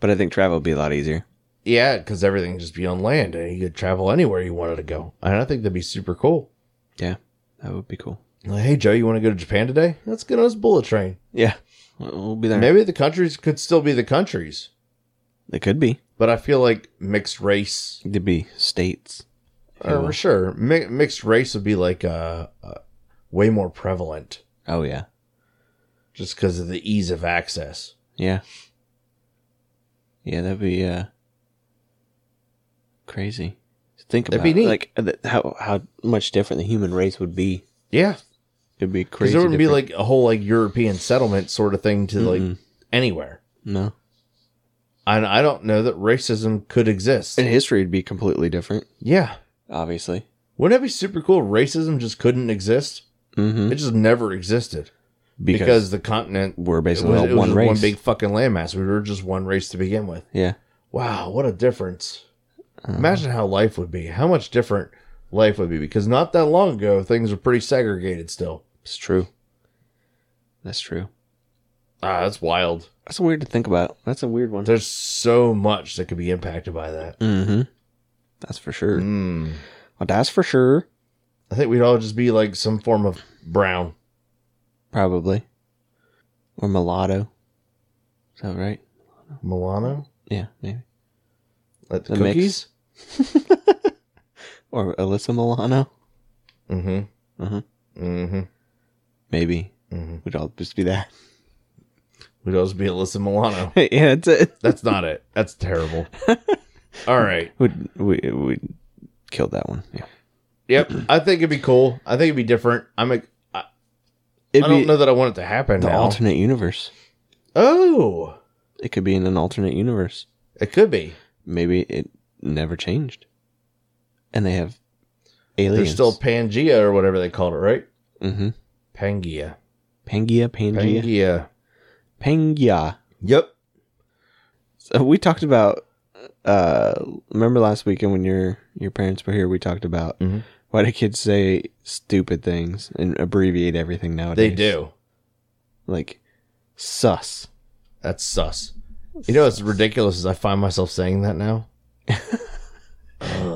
Speaker 4: But I think travel would be a lot easier.
Speaker 3: Yeah, because everything would just be on land, and you could travel anywhere you wanted to go. And I think that'd be super cool.
Speaker 4: Yeah, that would be cool.
Speaker 3: Like, hey, Joe, you want to go to Japan today? Let's get on this bullet train.
Speaker 4: Yeah, we'll be there.
Speaker 3: Maybe the countries could still be the countries,
Speaker 4: It could be.
Speaker 3: but I feel like mixed race,
Speaker 4: It'd be states. if you
Speaker 3: or
Speaker 4: will.
Speaker 3: sure, mi- mixed race would be like uh, uh, way more prevalent
Speaker 4: Oh yeah,
Speaker 3: just because of the ease of access.
Speaker 4: yeah, yeah. That'd be uh crazy. Think
Speaker 3: That'd
Speaker 4: about
Speaker 3: be neat.
Speaker 4: like uh, th- how how much different the human race would be.
Speaker 3: Yeah,
Speaker 4: It'd be
Speaker 3: because
Speaker 4: crazy.
Speaker 3: there wouldn't be
Speaker 4: different.
Speaker 3: like a whole like European settlement sort of thing to like
Speaker 4: Mm-mm.
Speaker 3: anywhere.
Speaker 4: no,
Speaker 3: And I don't know that racism could exist.
Speaker 4: and history would be completely different.
Speaker 3: Yeah,
Speaker 4: Obviously.
Speaker 3: wouldn't that be super cool? if Racism just couldn't exist.
Speaker 4: Mm-hmm.
Speaker 3: It just never existed because,
Speaker 4: Because,
Speaker 3: the continent
Speaker 4: we're
Speaker 3: it
Speaker 4: basically
Speaker 3: was,
Speaker 4: all
Speaker 3: it was
Speaker 4: one
Speaker 3: just
Speaker 4: race.
Speaker 3: one big fucking landmass. We were just one race to begin with.
Speaker 4: yeah.
Speaker 3: Wow, what a difference.
Speaker 4: Uh,
Speaker 3: Imagine how life would be. How much different life would be because not that long ago things were pretty segregated still.
Speaker 4: It's true. That's true.
Speaker 3: Ah, that's wild.
Speaker 4: That's weird to think about. That's a weird one.
Speaker 3: There's so much that could be impacted by that.
Speaker 4: Mm-hmm. That's for sure.
Speaker 3: Mm.
Speaker 4: Well, that's for sure.
Speaker 3: I think we'd all just be like some form of brown.
Speaker 4: Probably. Or mulatto. Is that right?
Speaker 3: Milano?
Speaker 4: Yeah, maybe.
Speaker 3: Like the,
Speaker 4: The mix.
Speaker 3: cookies?
Speaker 4: Or Alyssa Milano.
Speaker 3: Mm-hmm.
Speaker 4: Uh-huh.
Speaker 3: Mm-hmm.
Speaker 4: Maybe.
Speaker 3: Mm-hmm.
Speaker 4: We'd all just be that. [LAUGHS]
Speaker 3: We'd all just be Alyssa Milano.
Speaker 4: yeah, that's it.
Speaker 3: That's not it. That's terrible. All right.
Speaker 4: We'd, we, we'd kill that one. Yeah.
Speaker 3: Yep. I think it'd be cool. I think it'd be different. I'm. A, I, am I
Speaker 4: It'd
Speaker 3: don't
Speaker 4: be
Speaker 3: know that I want it to happen
Speaker 4: the
Speaker 3: now.
Speaker 4: alternate universe.
Speaker 3: oh,
Speaker 4: It could be in an alternate universe.
Speaker 3: it could be.
Speaker 4: Maybe it never changed. And they have
Speaker 3: There's
Speaker 4: aliens.
Speaker 3: still Pangea or whatever they called it, right?
Speaker 4: Mm-hmm.
Speaker 3: Pangea.
Speaker 4: Pangea, Pangea. Pangea.
Speaker 3: Pangea. Yep.
Speaker 4: So we talked about. Uh, remember last weekend when your your parents were here? We talked about
Speaker 3: Mhm.
Speaker 4: why do kids say stupid things and abbreviate everything
Speaker 3: They
Speaker 4: nowadays?
Speaker 3: do.
Speaker 4: Like, sus.
Speaker 3: That's sus. You know what's ridiculous is I find myself saying that now.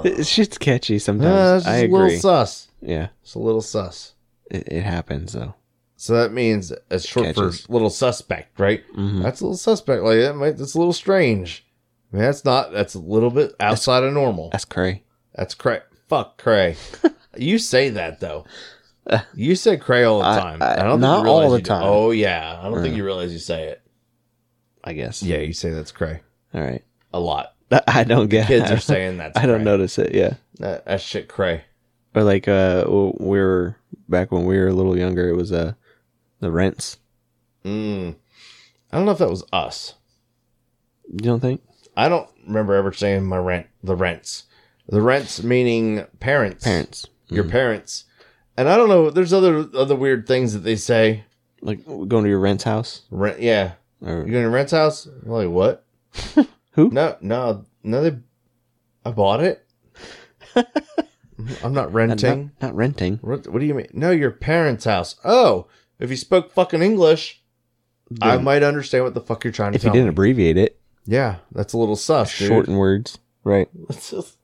Speaker 4: It, shit's catchy
Speaker 3: Ah,
Speaker 4: sometimes.
Speaker 3: it's
Speaker 4: I
Speaker 3: just a little
Speaker 4: agree.
Speaker 3: sus.
Speaker 4: yeah,
Speaker 3: It's a little sus.
Speaker 4: it, it happens though.
Speaker 3: So that means it's short
Speaker 4: Catches.
Speaker 3: for little suspect, right?
Speaker 4: Mhm.
Speaker 3: That's a little suspect. Like that might that's a little strange. I mean, that's not that's a little bit outside of normal.
Speaker 4: That's cray.
Speaker 3: That's cray. Fuck
Speaker 4: [LAUGHS]
Speaker 3: cray. you say that though. You say cray all the
Speaker 4: I-
Speaker 3: time.
Speaker 4: I-
Speaker 3: I, don't
Speaker 4: not
Speaker 3: think you realize
Speaker 4: all the
Speaker 3: you do-
Speaker 4: time. Uh.
Speaker 3: Oh yeah, I don't think
Speaker 4: Yeah.
Speaker 3: you realize you say it.
Speaker 4: I guess.
Speaker 3: Yeah, you say that's cray
Speaker 4: All right.
Speaker 3: a lot.
Speaker 4: I- I don't get.
Speaker 3: Kids
Speaker 4: I
Speaker 3: [LAUGHS] are
Speaker 4: don't-
Speaker 3: saying
Speaker 4: [LAUGHS]
Speaker 3: that's.
Speaker 4: I don't
Speaker 3: cray.
Speaker 4: notice it. Yeah.
Speaker 3: That, that shit cray.
Speaker 4: Or like uh, we were back when we were a little younger. It was uh, the rents.
Speaker 3: Mm. I don't know if that was us.
Speaker 4: You don't think?
Speaker 3: I don't remember ever saying my rent. The rents. The rents meaning parents.
Speaker 4: Parents.
Speaker 3: Your parents. And I don't know. There's other other weird things that they say.
Speaker 4: Like going to your rent's house
Speaker 3: Rent. Yeah.
Speaker 4: or
Speaker 3: You're going to rent's house? I'm like, what?
Speaker 4: [LAUGHS] Who? [LAUGHS]
Speaker 3: No, no, no. They, I bought it. I'm
Speaker 4: Not,
Speaker 3: not renting.
Speaker 4: not, not renting.
Speaker 3: What, what do you mean? No, your parents' house. Oh, if you spoke fucking English, I
Speaker 4: Then-
Speaker 3: might understand what the fuck you're trying to
Speaker 4: If you
Speaker 3: tell
Speaker 4: didn't
Speaker 3: me.
Speaker 4: abbreviate it,
Speaker 3: Yeah, that's a little sus, dude.
Speaker 4: shorten words. Right.
Speaker 3: [LAUGHS] That's just-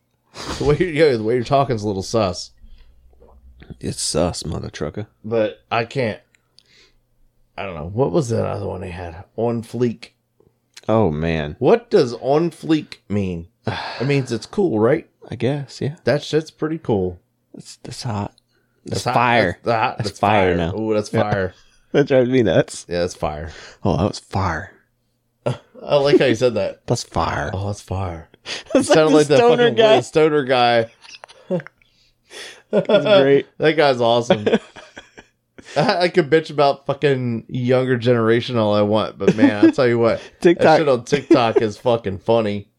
Speaker 3: the way you yeah, the way you're talking is a little sus.
Speaker 4: It's sus, mother trucker.
Speaker 3: But I can't. I don't know what was that other one they had on fleek.
Speaker 4: Oh, man.
Speaker 3: What does on fleek mean? It means it's cool, right?
Speaker 4: I guess, yeah.
Speaker 3: That shit's pretty cool.
Speaker 4: That's, that's hot. That's,
Speaker 3: hot-
Speaker 4: fire.
Speaker 3: That's, hot-
Speaker 4: That's
Speaker 3: that's
Speaker 4: fire
Speaker 3: fire.
Speaker 4: now.
Speaker 3: Oh, that's fire.
Speaker 4: That drives me nuts.
Speaker 3: Yeah, that's fire.
Speaker 4: Oh, that was fire.
Speaker 3: I like how you said that. [LAUGHS]
Speaker 4: That's fire. [LAUGHS]
Speaker 3: Oh, that's fire.
Speaker 4: That's
Speaker 3: It sounded like,
Speaker 4: the
Speaker 3: that
Speaker 4: stoner
Speaker 3: fucking
Speaker 4: guy.
Speaker 3: little stoner guy.
Speaker 4: That's [LAUGHS] great.
Speaker 3: That
Speaker 4: [LAUGHS]
Speaker 3: guy's awesome. I, I could bitch about fucking younger generation all I want, but man, I tell
Speaker 4: [LAUGHS]
Speaker 3: you what, that shit
Speaker 4: TikTok. [LAUGHS]
Speaker 3: on TikTok is fucking funny.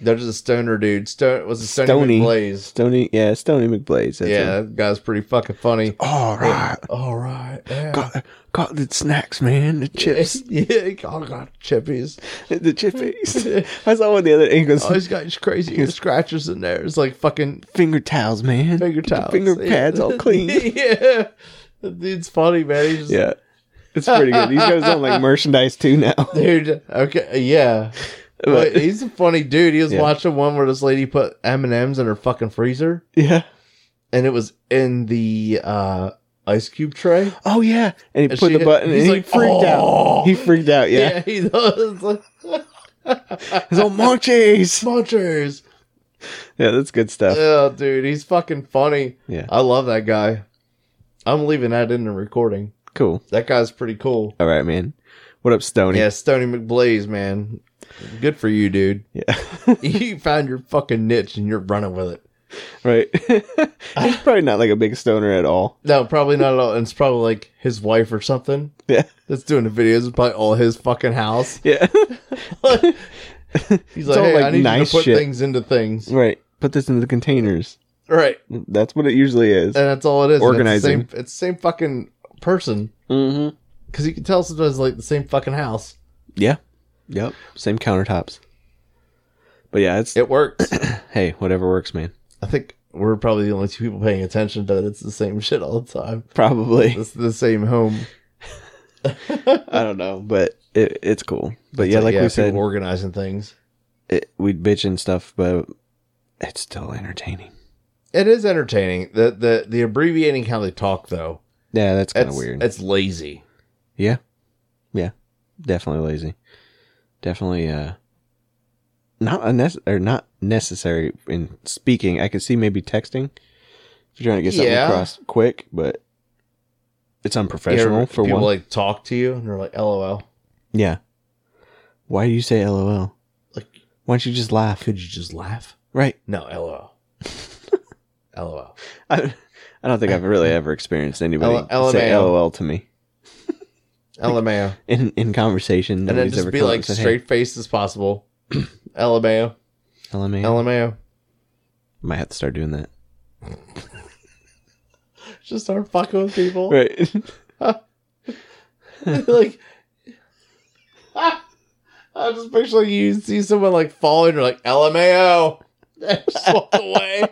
Speaker 3: There's a stoner dude. Stone was a stoner
Speaker 4: Stony.
Speaker 3: Blaze.
Speaker 4: Stony, yeah, Stony McBlaze. That's
Speaker 3: Yeah,
Speaker 4: him.
Speaker 3: that guy's pretty fucking funny.
Speaker 4: All right.
Speaker 3: All right, yeah.
Speaker 4: Got, got the snacks, man. The [LAUGHS] chips.
Speaker 3: [LAUGHS] yeah, he- oh god, chippies.
Speaker 4: the chippies. [LAUGHS] I saw one the other day. He goes,
Speaker 3: Oh, he's got
Speaker 4: [LAUGHS]
Speaker 3: his crazy scratchers in there. It's like fucking
Speaker 4: finger towels, man.
Speaker 3: finger
Speaker 4: Get your
Speaker 3: towels,
Speaker 4: Finger pads [LAUGHS] all clean.
Speaker 3: [LAUGHS] yeah, that dude's funny,
Speaker 4: [LAUGHS]
Speaker 3: man. He's just,
Speaker 4: yeah. It's pretty good. These guys on like merchandise too now.
Speaker 3: dude. Okay, yeah. But
Speaker 4: [LAUGHS] But-
Speaker 3: he's a funny dude. He was
Speaker 4: Yeah.
Speaker 3: watching one where this lady put M and M's in her fucking freezer,
Speaker 4: [LAUGHS] yeah.
Speaker 3: and it was in the uh, ice cube tray.
Speaker 4: Oh yeah. And he
Speaker 3: And
Speaker 4: put
Speaker 3: she-
Speaker 4: the button and
Speaker 3: he's
Speaker 4: he
Speaker 3: like,
Speaker 4: freaked
Speaker 3: "Oh."
Speaker 4: out. He freaked out,
Speaker 3: [LAUGHS]
Speaker 4: yeah.
Speaker 3: he does.
Speaker 4: His old [LAUGHS] munchies.
Speaker 3: Munchers.
Speaker 4: Yeah, that's good stuff.
Speaker 3: Yeah, dude, he's fucking funny.
Speaker 4: Yeah.
Speaker 3: I love that guy. I'm leaving that in the recording.
Speaker 4: Cool.
Speaker 3: That guy's pretty cool.
Speaker 4: All right, man. What up, Stony?
Speaker 3: Yeah, Stony McBlaze, man. Good for you, dude. [LAUGHS]
Speaker 4: Yeah. [LAUGHS]
Speaker 3: you found your fucking niche and you're running with it.
Speaker 4: right. [LAUGHS] He's probably not like a big stoner at all.
Speaker 3: No, probably not at all. It's probably like his wife or something
Speaker 4: Yeah. [LAUGHS]
Speaker 3: that's doing the videos. It's probably all his fucking house.
Speaker 4: Yeah. [LAUGHS]
Speaker 3: He's like,
Speaker 4: all,
Speaker 3: hey, I
Speaker 4: like,
Speaker 3: need you
Speaker 4: nice
Speaker 3: to put
Speaker 4: shit."
Speaker 3: things into things.
Speaker 4: right. Put this into the containers.
Speaker 3: Right.
Speaker 4: That's what it usually is.
Speaker 3: And that's all it is. And
Speaker 4: Organizing.
Speaker 3: It's the same, it's the same fucking person.
Speaker 4: Mm-hmm.
Speaker 3: Because you can tell sometimes like the same fucking house.
Speaker 4: Yeah. Yep. Same countertops. But yeah, it's
Speaker 3: It works. [COUGHS]
Speaker 4: hey, whatever works, man.
Speaker 3: I think we're probably the only two people paying attention that it's the same shit all the time.
Speaker 4: [LAUGHS] Probably.
Speaker 3: It's the same home.
Speaker 4: I don't know, but it, it's cool. But yeah, like we
Speaker 3: people
Speaker 4: said,
Speaker 3: organizing things.
Speaker 4: it, we'd bitch and stuff, but it's still entertaining.
Speaker 3: It is entertaining. The the the abbreviating how they talk though.
Speaker 4: Yeah, that's kind
Speaker 3: It's
Speaker 4: of weird.
Speaker 3: It's lazy.
Speaker 4: yeah, yeah, definitely lazy. Definitely, uh, not unnecess or not necessary in speaking. I could see maybe texting if you're trying to get something
Speaker 3: Yeah.
Speaker 4: across quick, but it's unprofessional
Speaker 3: Yeah,
Speaker 4: for
Speaker 3: people
Speaker 4: one.
Speaker 3: like talk to you and they're like, "LOL."
Speaker 4: yeah. Why do you say LOL?
Speaker 3: Like,
Speaker 4: Why don't you just laugh?
Speaker 3: could you just laugh?
Speaker 4: Right. [LAUGHS]
Speaker 3: No, LOL. LOL.
Speaker 4: I, I don't think I've really ever experienced anybody
Speaker 3: L-
Speaker 4: say
Speaker 3: LMAO.
Speaker 4: LOL to me
Speaker 3: LMAO.
Speaker 4: in in conversation.
Speaker 3: And then
Speaker 4: nobody's
Speaker 3: just
Speaker 4: ever
Speaker 3: be
Speaker 4: come up
Speaker 3: like
Speaker 4: and said, "Hey,
Speaker 3: straight faced as possible. [CLEARS THROAT] LMAO.
Speaker 4: LMAO.
Speaker 3: LMAO.
Speaker 4: Might have to start doing that.
Speaker 3: Just start fucking with
Speaker 4: [LAUGHS]
Speaker 3: people.
Speaker 4: Right.
Speaker 3: [LAUGHS] like [LAUGHS] I just picture like you see someone like fall and you're like LMAO [LAUGHS] and just walk
Speaker 4: [LAUGHS]
Speaker 3: away.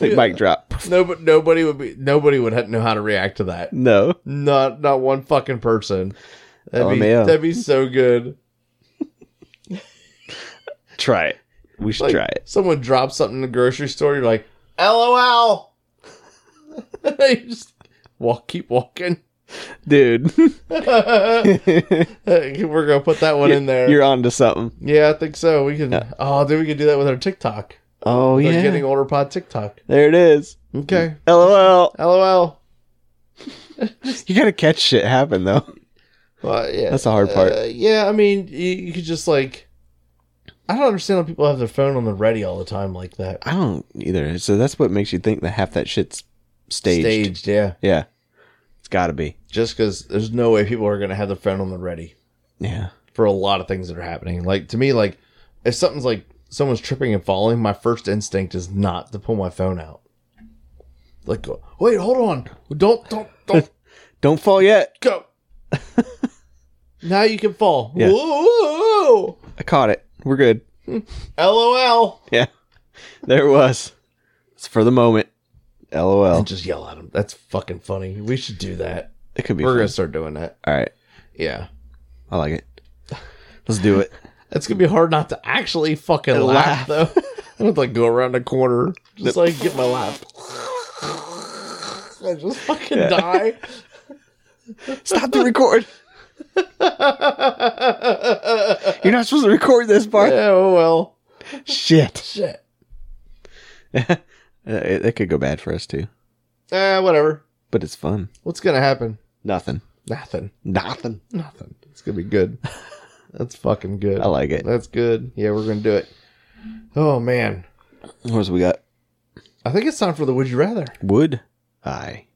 Speaker 4: like mic drop.
Speaker 3: No, but nobody would be nobody would ha- know how to react to that.
Speaker 4: No.
Speaker 3: Not not one fucking person. That'd be
Speaker 4: LMAO.
Speaker 3: that'd be so good.
Speaker 4: Try it. We should
Speaker 3: Like,
Speaker 4: try it.
Speaker 3: Someone drops something in the grocery store, you're like, LOL. [LAUGHS] you just walk, keep walking. [LAUGHS]
Speaker 4: Dude.
Speaker 3: We're gonna put that [LAUGHS] one in there.
Speaker 4: You're on to something.
Speaker 3: Yeah, I think so. We can.
Speaker 4: Yeah.
Speaker 3: Oh, dude, we can do that with our TikTok.
Speaker 4: Oh,
Speaker 3: With our
Speaker 4: yeah.
Speaker 3: getting older pod TikTok.
Speaker 4: There it is.
Speaker 3: Okay.
Speaker 4: LOL.
Speaker 3: LOL.
Speaker 4: You got to catch shit happen, though.
Speaker 3: Well, yeah.
Speaker 4: That's the hard part.
Speaker 3: Uh, yeah, I mean, you, you could just like. I don't understand how people have their phone on the ready all the time like that.
Speaker 4: I don't either. So that's what makes you think that half that shit's staged.
Speaker 3: yeah.
Speaker 4: Yeah. It's got to be.
Speaker 3: Just because there's no way people are gonna have their phone on the ready
Speaker 4: Yeah.
Speaker 3: for a lot of things that are happening. Like to me, like if something's like someone's tripping and falling, my first instinct is not to pull my phone out. Like, go, wait, hold on, don't, don't,
Speaker 4: [LAUGHS]
Speaker 3: don't
Speaker 4: Don't fall yet.
Speaker 3: go. now you can fall.
Speaker 4: Yeah.
Speaker 3: Whoa, whoa, whoa.
Speaker 4: I caught it. We're good.
Speaker 3: LOL.
Speaker 4: Yeah. there it was. It's for the moment. LOL.
Speaker 3: and just yell at them. That's fucking funny. We should do that.
Speaker 4: It could be.
Speaker 3: We're
Speaker 4: Fun.
Speaker 3: gonna start doing that.
Speaker 4: All right,
Speaker 3: Yeah,
Speaker 4: I like it. Let's do it.
Speaker 3: it's gonna be hard not to actually fucking laugh, though. [LAUGHS] I don't like go around a corner just like get my laugh. [LAUGHS] I just fucking die.
Speaker 4: [LAUGHS]
Speaker 3: [LAUGHS]
Speaker 4: Stop the record. You're not supposed to record this part.
Speaker 3: Yeah, oh well,
Speaker 4: Shit.
Speaker 3: shit.
Speaker 4: Uh, It, it could go bad for us too,
Speaker 3: Eh, whatever.
Speaker 4: but it's fun.
Speaker 3: What's gonna happen?
Speaker 4: Nothing.
Speaker 3: Nothing.
Speaker 4: Nothing.
Speaker 3: Nothing. It's gonna be [LAUGHS] good. That's fucking good.
Speaker 4: I like it.
Speaker 3: That's good. Yeah, we're gonna do it. Oh man,
Speaker 4: What else we got?
Speaker 3: I think it's time for the would you rather.
Speaker 4: Would I?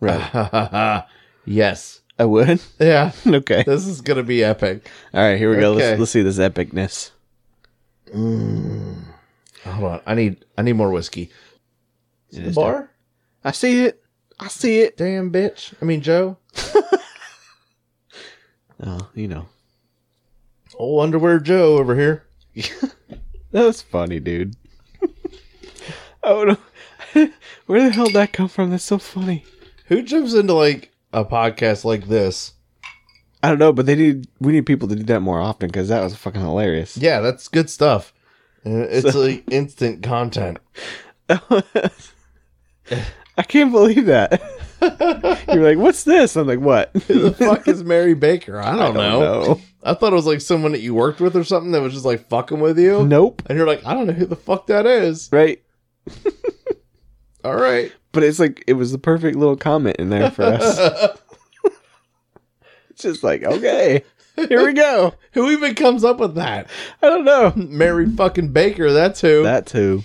Speaker 4: Right.
Speaker 3: [LAUGHS] yes.
Speaker 4: I would. [LAUGHS]
Speaker 3: Yeah.
Speaker 4: okay.
Speaker 3: This is gonna be epic.
Speaker 4: All right. Here we go.
Speaker 3: Okay.
Speaker 4: Let's, let's see this epicness.
Speaker 3: Hold on. I need I need more whiskey.
Speaker 4: It
Speaker 3: The
Speaker 4: is
Speaker 3: bar?
Speaker 4: dark. I see it. I see it.
Speaker 3: Damn bitch. I mean Joe.
Speaker 4: Oh, you know.
Speaker 3: Old underwear Joe over here.
Speaker 4: That was funny, dude. [LAUGHS] oh no. [LAUGHS] Where the hell did that come from? That's so funny.
Speaker 3: Who jumps into like a podcast like this?
Speaker 4: I don't know, but they need we need people to do that more often because that was fucking hilarious.
Speaker 3: Yeah, that's good stuff. Uh, It's like
Speaker 4: [LAUGHS]
Speaker 3: instant content.
Speaker 4: I can't believe that. You're like, what's this? I'm like, what?
Speaker 3: Who the
Speaker 4: [LAUGHS]
Speaker 3: fuck is Mary Baker? I don't, know. I thought it was like someone that you worked with or something that was just like fucking with you.
Speaker 4: Nope.
Speaker 3: And you're like, I don't know who the fuck that is.
Speaker 4: Right.
Speaker 3: All right. [LAUGHS]
Speaker 4: But it's like it was the perfect little comment in there for us. it's just like, okay, here we go.
Speaker 3: Who even comes up with that?
Speaker 4: I don't know.
Speaker 3: Mary fucking Baker, that's who.
Speaker 4: That too.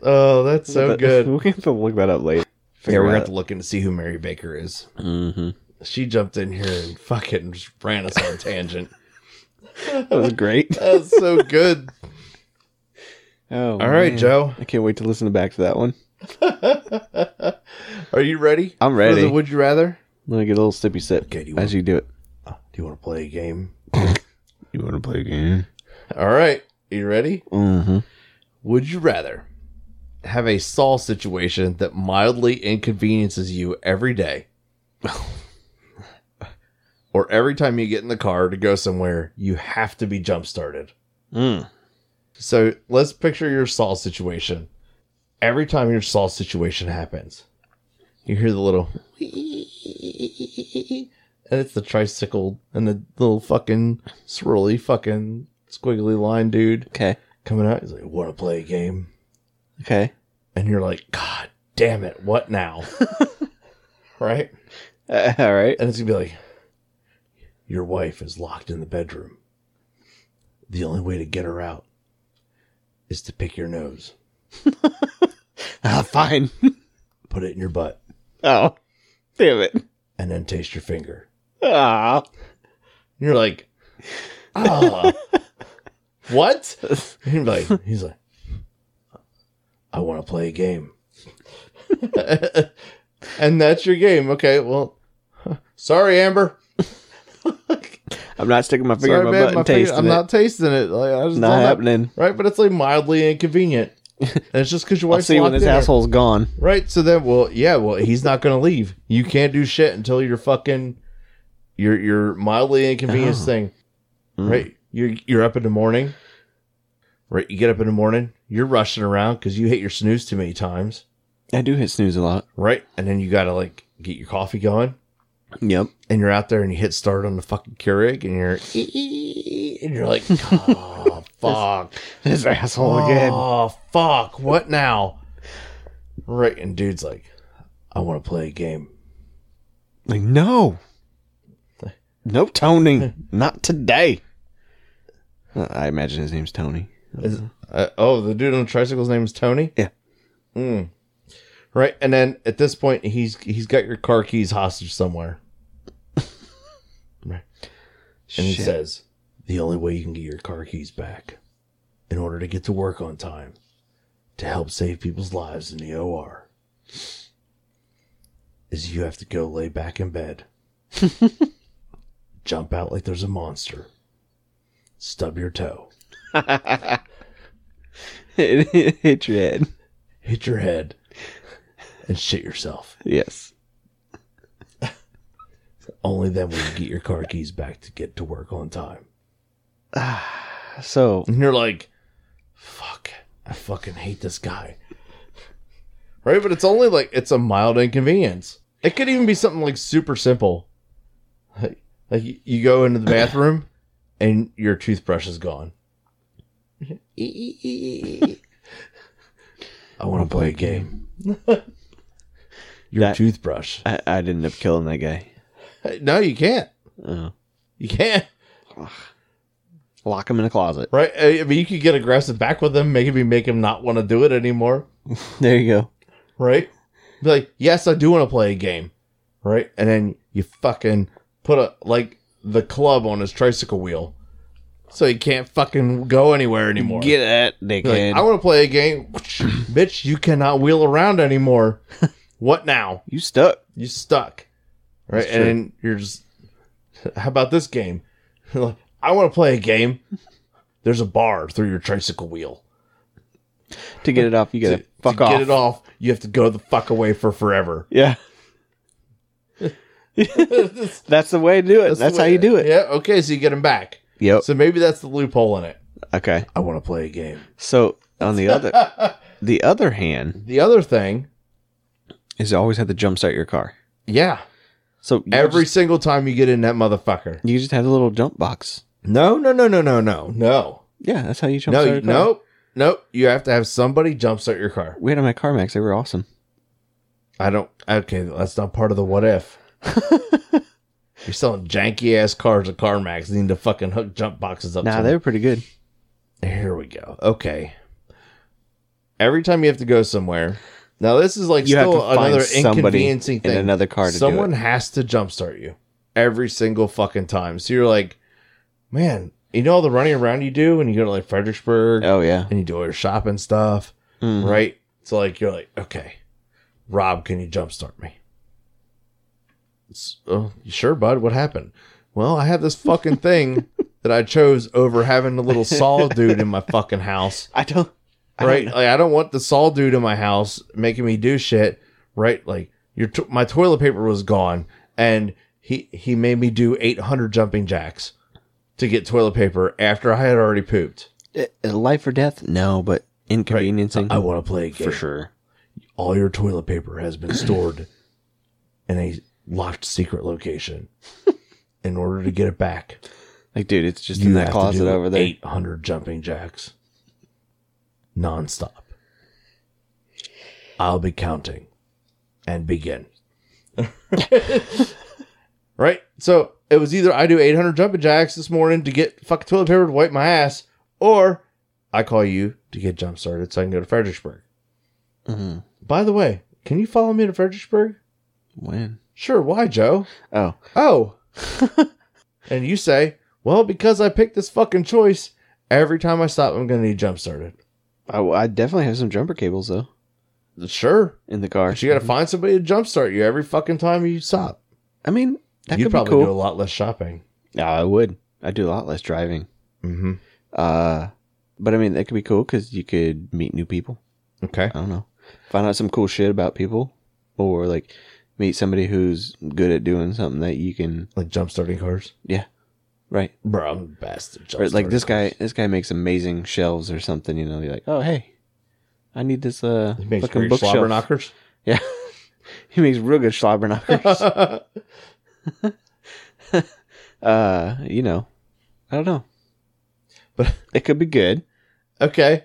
Speaker 3: oh, that's so
Speaker 4: But [LAUGHS]
Speaker 3: good.
Speaker 4: We're gonna have to look that up later.
Speaker 3: Yeah, we're
Speaker 4: Figure
Speaker 3: gonna have
Speaker 4: out-
Speaker 3: to look in to see who Mary Baker is.
Speaker 4: Mm-hmm.
Speaker 3: She jumped in here and fucking just ran us on
Speaker 4: [LAUGHS]
Speaker 3: a tangent.
Speaker 4: That was great.
Speaker 3: That's so good.
Speaker 4: Oh,
Speaker 3: All right,
Speaker 4: man.
Speaker 3: Joe,
Speaker 4: I can't wait to listen back to that one.
Speaker 3: are you ready?
Speaker 4: I'm
Speaker 3: For
Speaker 4: ready.
Speaker 3: the would you rather?
Speaker 4: Let me get a little sippy sip
Speaker 3: Okay, do you
Speaker 4: as you do it.
Speaker 3: Do you want to play a game?
Speaker 4: You want to play a game?
Speaker 3: All right, you ready?
Speaker 4: Mm-hmm.
Speaker 3: Would you rather have a Saul situation that mildly inconveniences you
Speaker 4: [LAUGHS]
Speaker 3: every day, or every time you get in the car to go somewhere, you have to be jump started?
Speaker 4: Mm.
Speaker 3: So let's picture your Saul situation. Every time your Saul situation happens, you hear the little [LAUGHS] and it's the tricycle and the little fucking swirly fucking squiggly line dude
Speaker 4: Okay.
Speaker 3: coming out. He's like, Wanna play a game?
Speaker 4: Okay.
Speaker 3: And you're like, God damn it, what now? right?
Speaker 4: Uh, [LAUGHS] all right.
Speaker 3: And it's gonna be like, your wife is locked in the bedroom. The only way to get her out is to pick your nose,
Speaker 4: Ah, fine.
Speaker 3: put it in your butt,
Speaker 4: oh, damn it.
Speaker 3: and then taste your finger.
Speaker 4: Ah.
Speaker 3: And you're like, ah, [LAUGHS] what? And you're like, he's like, I want to play a game. [LAUGHS] and that's your game. Okay, well, sorry, Amber.
Speaker 4: I'm not sticking my finger
Speaker 3: Sorry,
Speaker 4: in my
Speaker 3: man,
Speaker 4: butt
Speaker 3: my
Speaker 4: and
Speaker 3: finger-
Speaker 4: tasting
Speaker 3: I'm
Speaker 4: it.
Speaker 3: not tasting it. Like, I just
Speaker 4: not
Speaker 3: don't have-
Speaker 4: happening.
Speaker 3: right? But it's like mildly inconvenient. And it's just because your
Speaker 4: I'll
Speaker 3: wife's
Speaker 4: see you when
Speaker 3: locked
Speaker 4: this
Speaker 3: in there.
Speaker 4: asshole's gone.
Speaker 3: right? So then, well, yeah, well, he's not going to leave. You can't do shit until your fucking your your mildly inconvenienced
Speaker 4: Oh.
Speaker 3: thing, right? You're you're up in the morning, right? You get up in the morning, you're rushing around because you hit your snooze too many times,
Speaker 4: I do hit snooze a lot.
Speaker 3: right? And then you got to like get your coffee going,
Speaker 4: [LAUGHS] Yep.
Speaker 3: and you're out there and you hit start on the fucking Keurig, and you're and you're [LAUGHS] like, oh fuck.
Speaker 4: This asshole again.
Speaker 3: Oh fuck! What now? Right, and dude's like, I want to play a game.
Speaker 4: Like, no. No, Tony.
Speaker 3: [LAUGHS]
Speaker 4: not today. Uh, I imagine his name's Tony.
Speaker 3: Is- uh, oh, the dude on the tricycle's name is Tony.
Speaker 4: Yeah.
Speaker 3: Mm. Right, and then at this point, he's he's got your car keys hostage somewhere, and he
Speaker 4: Shit.
Speaker 3: says, "The only way you can get your car keys back, in order to get to work on time, to help save people's lives in the OR, is you have to go lay back
Speaker 4: [LAUGHS]
Speaker 3: in bed, jump out like there's a monster, stub your toe."
Speaker 4: it, [LAUGHS] it hit your head.
Speaker 3: Hit your head and shit yourself.
Speaker 4: Yes.
Speaker 3: Only then will you get your car keys back to get to work on time.
Speaker 4: So
Speaker 3: And you're like, fuck, I fucking hate this guy. Right? But it's only like, it's a mild inconvenience. It could even be something like super simple. Like, like you- you go into the bathroom and your toothbrush is gone. I want to play a [LAUGHS] game. your
Speaker 4: That-
Speaker 3: toothbrush.
Speaker 4: I, I'd end up killing that guy.
Speaker 3: [LAUGHS] No, you can't.
Speaker 4: Oh.
Speaker 3: You can't.
Speaker 4: Lock him in a closet.
Speaker 3: Right? I I mean, you could get aggressive back with him, make him make him not want to do it anymore.
Speaker 4: There you go.
Speaker 3: right? Be like, yes, I do want to play a game, right? And then you fucking put a like the club on his tricycle wheel, so he can't fucking go anywhere anymore.
Speaker 4: Get that
Speaker 3: Be like,
Speaker 4: dickhead.
Speaker 3: I want to play a game, bitch. You cannot wheel
Speaker 4: [LAUGHS]
Speaker 3: around anymore. what now?
Speaker 4: you stuck.
Speaker 3: You stuck, right?
Speaker 4: That's
Speaker 3: And
Speaker 4: true.
Speaker 3: then you're just, [LAUGHS] how about this game? [LAUGHS] like, I want to play a game. There's a bar through your tricycle wheel.
Speaker 4: To get it off, you gotta
Speaker 3: To-
Speaker 4: fuck
Speaker 3: to
Speaker 4: off.
Speaker 3: Get it off. You have to go the fuck away for forever.
Speaker 4: Yeah. [LAUGHS] That's the way to do it. That's,
Speaker 3: the
Speaker 4: how
Speaker 3: way-
Speaker 4: you do it. Oh.
Speaker 3: Yeah. Okay. So you get him back.
Speaker 4: Yep.
Speaker 3: So maybe that's the loophole in it.
Speaker 4: okay.
Speaker 3: I want to play
Speaker 4: [LAUGHS]
Speaker 3: a game.
Speaker 4: So on the
Speaker 3: [LAUGHS]
Speaker 4: other the other hand
Speaker 3: The other thing,
Speaker 4: is you always have to jump start your car.
Speaker 3: yeah.
Speaker 4: So you
Speaker 3: Every
Speaker 4: just,
Speaker 3: single time you get in that motherfucker.
Speaker 4: you just have a little jump box.
Speaker 3: No, no, no, no, no, no, no,
Speaker 4: Yeah, that's how you jump
Speaker 3: no,
Speaker 4: start.
Speaker 3: you-
Speaker 4: a car.
Speaker 3: nope, nope. You have to have somebody jumpstart your car.
Speaker 4: We had them at CarMax. They were awesome.
Speaker 3: I don't. Okay, that's not part of the
Speaker 4: [LAUGHS]
Speaker 3: what if. You're selling janky ass cars at CarMax. Need to fucking hook jump boxes up.
Speaker 4: Nah,
Speaker 3: to
Speaker 4: they were pretty good.
Speaker 3: Here we go. Okay. Every time you have to go somewhere, now this is like
Speaker 4: You have
Speaker 3: still
Speaker 4: to find
Speaker 3: another
Speaker 4: somebody
Speaker 3: inconveniencing
Speaker 4: in
Speaker 3: thing.
Speaker 4: another car to do
Speaker 3: Someone has to jumpstart you every single fucking time. So you're like, man, you know all the running around you do when you go to like Fredericksburg
Speaker 4: Oh yeah.
Speaker 3: and you do all your shopping stuff,
Speaker 4: Mhm.
Speaker 3: right? So like you're like, okay, Rob, can you jumpstart me? It's, oh, sure, bud. What happened? Well, I have this
Speaker 4: [LAUGHS]
Speaker 3: fucking thing that I chose over having the little saw dude in my fucking house,
Speaker 4: I don't. I
Speaker 3: right?
Speaker 4: don't
Speaker 3: like I don't want the saw dude in my house making me do shit, right? Like your to- my toilet paper was gone, and he he made me do 800 jumping jacks to get toilet paper after I had already pooped.
Speaker 4: know. Uh, uh, life or death? No, but inconveniencing
Speaker 3: I want to play a game.
Speaker 4: Mm-hmm. for sure.
Speaker 3: all your toilet paper has been stored in a locked
Speaker 4: [LAUGHS]
Speaker 3: secret location. In order to get it back,
Speaker 4: Like, dude, it's just in that closet over there.
Speaker 3: 800 jumping jacks nonstop. I'll be counting
Speaker 4: [LAUGHS]
Speaker 3: and begin. right? So it was either I do 800 jumping jacks this morning to get fucking toilet paper to wipe my ass, or I call you to get jump started so I can go to Fredericksburg.
Speaker 4: Mhm.
Speaker 3: By the way, can you follow me to Fredericksburg?
Speaker 4: When?
Speaker 3: Sure, why, Joe?
Speaker 4: Oh, [LAUGHS]
Speaker 3: Oh. and you say, well, because I picked this fucking choice, every time I stop, I'm going to need jump started.
Speaker 4: I, I definitely have some jumper cables though
Speaker 3: Sure.
Speaker 4: in the car.
Speaker 3: But you got to find somebody to jump start you every fucking time you stop.
Speaker 4: I mean, that
Speaker 3: You'd
Speaker 4: could be
Speaker 3: probably do a
Speaker 4: cool.
Speaker 3: lot less shopping.
Speaker 4: Yeah, I would. I do a lot less driving.
Speaker 3: Mm-hmm.
Speaker 4: Uh, but I mean, that could be cool because you could meet new people.
Speaker 3: Okay.
Speaker 4: I don't know, find out some cool shit about people, or like meet somebody who's good at doing something that you can.
Speaker 3: Like jump starting cars.
Speaker 4: Right,
Speaker 3: Bro, I'm the best at
Speaker 4: or
Speaker 3: jump
Speaker 4: like this guy. This guy makes amazing shelves or something. You know, you're like, oh hey, I need this uh
Speaker 3: He makes
Speaker 4: fucking
Speaker 3: great slobber
Speaker 4: bookshelf.
Speaker 3: knockers.
Speaker 4: Yeah, [LAUGHS] he makes real good [LAUGHS]
Speaker 3: [LAUGHS]
Speaker 4: slobberknockers.
Speaker 3: That's
Speaker 4: uh, you know, I don't know,
Speaker 3: But-
Speaker 4: it could be good.
Speaker 3: okay.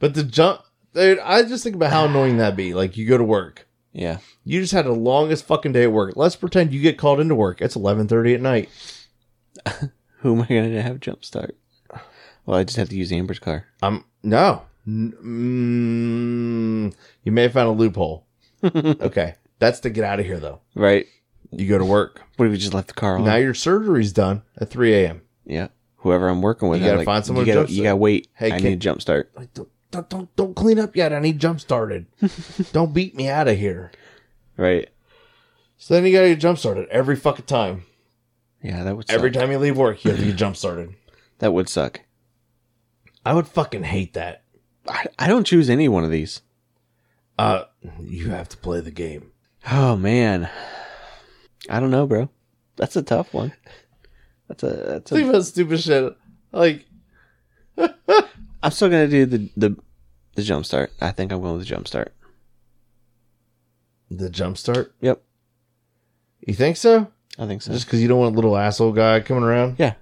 Speaker 3: But the jump, dude, I just think about how annoying that'd be. Like you go to work.
Speaker 4: Yeah,
Speaker 3: You just had the longest fucking day at work. Let's pretend you get called into work. It's eleven thirty at night.
Speaker 4: who am I gonna have jump start? Well, I just have to use Amber's car.
Speaker 3: I'm Um, no. N- mm, you may have found a loophole. okay, that's to get out of here though.
Speaker 4: [LAUGHS] Right.
Speaker 3: You go to work.
Speaker 4: What if we just left the car on?
Speaker 3: Now your surgery's done at three a.m.
Speaker 4: yeah. Whoever I'm working with,
Speaker 3: You
Speaker 4: I'm
Speaker 3: gotta find someone
Speaker 4: You
Speaker 3: to
Speaker 4: gotta,
Speaker 3: jump
Speaker 4: you gotta wait.
Speaker 3: Hey,
Speaker 4: I
Speaker 3: can-
Speaker 4: need a jump start.
Speaker 3: Like, don't, don't don't don't clean up yet. I need jump [LAUGHS] started. don't beat me out of here.
Speaker 4: Right.
Speaker 3: So then you gotta get jump started every fucking time.
Speaker 4: Yeah, that would suck.
Speaker 3: Every time you [CLEARS THROAT] leave work, you have to get jump started.
Speaker 4: that would suck.
Speaker 3: I would fucking hate that.
Speaker 4: I, I don't choose any one of these.
Speaker 3: Uh, you have to play the game.
Speaker 4: Oh man, I don't know, bro. That's a tough one. That's a. That's
Speaker 3: Think
Speaker 4: a
Speaker 3: about stupid shit. Like,
Speaker 4: I'm still gonna do the the the jump start. I think I'm going with the jump start.
Speaker 3: the jump start?
Speaker 4: Yep,
Speaker 3: You think so?
Speaker 4: I think so.
Speaker 3: Just because you don't want a little asshole guy coming around?
Speaker 4: yeah,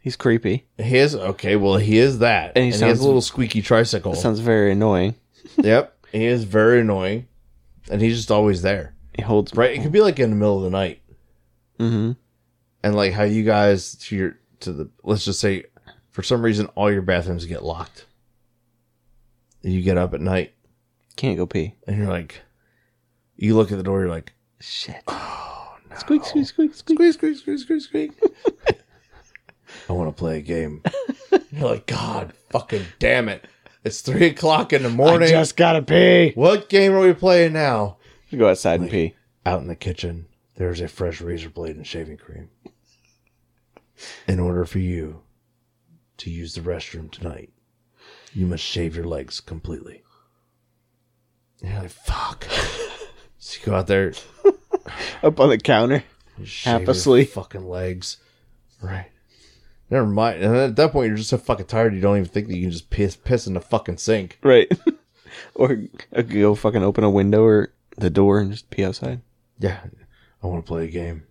Speaker 4: he's creepy.
Speaker 3: He is? Okay, well, he is that.
Speaker 4: And he
Speaker 3: And, he has
Speaker 4: sounds-
Speaker 3: a little squeaky tricycle.
Speaker 4: That sounds very annoying.
Speaker 3: yep. He is very annoying. And he's just always there.
Speaker 4: He holds
Speaker 3: Right? It could be like in the middle of the night.
Speaker 4: Mm-hmm.
Speaker 3: And like how you guys to your, to the, let's just say, for some reason, all your bathrooms get locked. You get up at night
Speaker 4: Can't go pee.
Speaker 3: and you're like, you look at the door, you're like,
Speaker 4: Shit. Oh, no. Squeak, squeak, squeak, squeak.
Speaker 3: squeak, squeak, squeak, squeak, squeak. [LAUGHS] I want to play a game. [LAUGHS] You're like, God, fucking damn it! It's three o'clock in the morning.
Speaker 4: gotta pee.
Speaker 3: What game are we playing now?
Speaker 4: Go outside and pee.
Speaker 3: Out in the kitchen, there's a fresh razor blade and shaving cream. In order for you to use the restroom tonight, you must shave your legs completely. And you're like, [LAUGHS] fuck. So you go out there,
Speaker 4: Up on the counter.
Speaker 3: Shave your
Speaker 4: asleep.
Speaker 3: fucking legs. Right. Never mind. And at that point, you're just so fucking tired. You don't even think that you can just piss piss in the fucking sink.
Speaker 4: Right. [LAUGHS] or I could go fucking open a window or the door and just pee outside.
Speaker 3: Yeah, I want to play a game.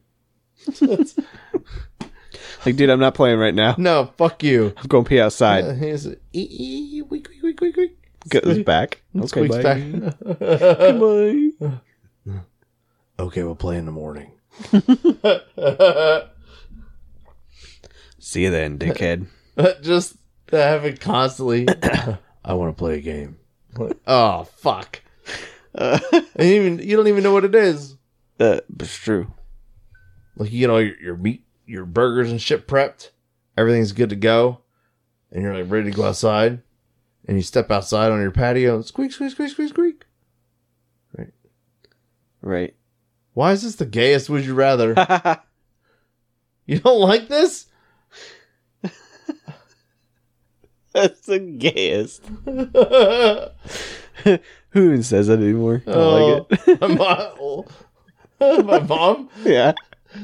Speaker 3: [LAUGHS]
Speaker 4: Like, dude, I'm not playing right now. [LAUGHS]
Speaker 3: No, fuck you.
Speaker 4: I'm going pee outside.
Speaker 3: [LAUGHS] He's e- ee, ee, weak, weak, weak, weak, weak.
Speaker 4: Goes back.
Speaker 3: Okay,
Speaker 4: bye.
Speaker 3: [LAUGHS] back.
Speaker 4: Bye.
Speaker 3: Uh. okay, we'll play in the [LAUGHS] morning.
Speaker 4: See you then,
Speaker 3: [LAUGHS]
Speaker 4: dickhead.
Speaker 3: just having constantly. [COUGHS] I want to play a game. Like, oh fuck!
Speaker 4: [LAUGHS]
Speaker 3: and you even you don't even know what it is.
Speaker 4: uh, it's true.
Speaker 3: like you get all your, your meat, your burgers and shit prepped. Everything's good to go, and you're like ready to go outside. And you step outside on your patio, and squeak, squeak, squeak, squeak, squeak.
Speaker 4: Right. [LAUGHS]
Speaker 3: Why is this the gayest? Would you rather? you don't like this? [LAUGHS]
Speaker 4: That's the gayest.
Speaker 3: oh,
Speaker 4: Who even says that anymore? I don't like it.
Speaker 3: my, mo- Oh. [LAUGHS] my mom.
Speaker 4: [LAUGHS] yeah.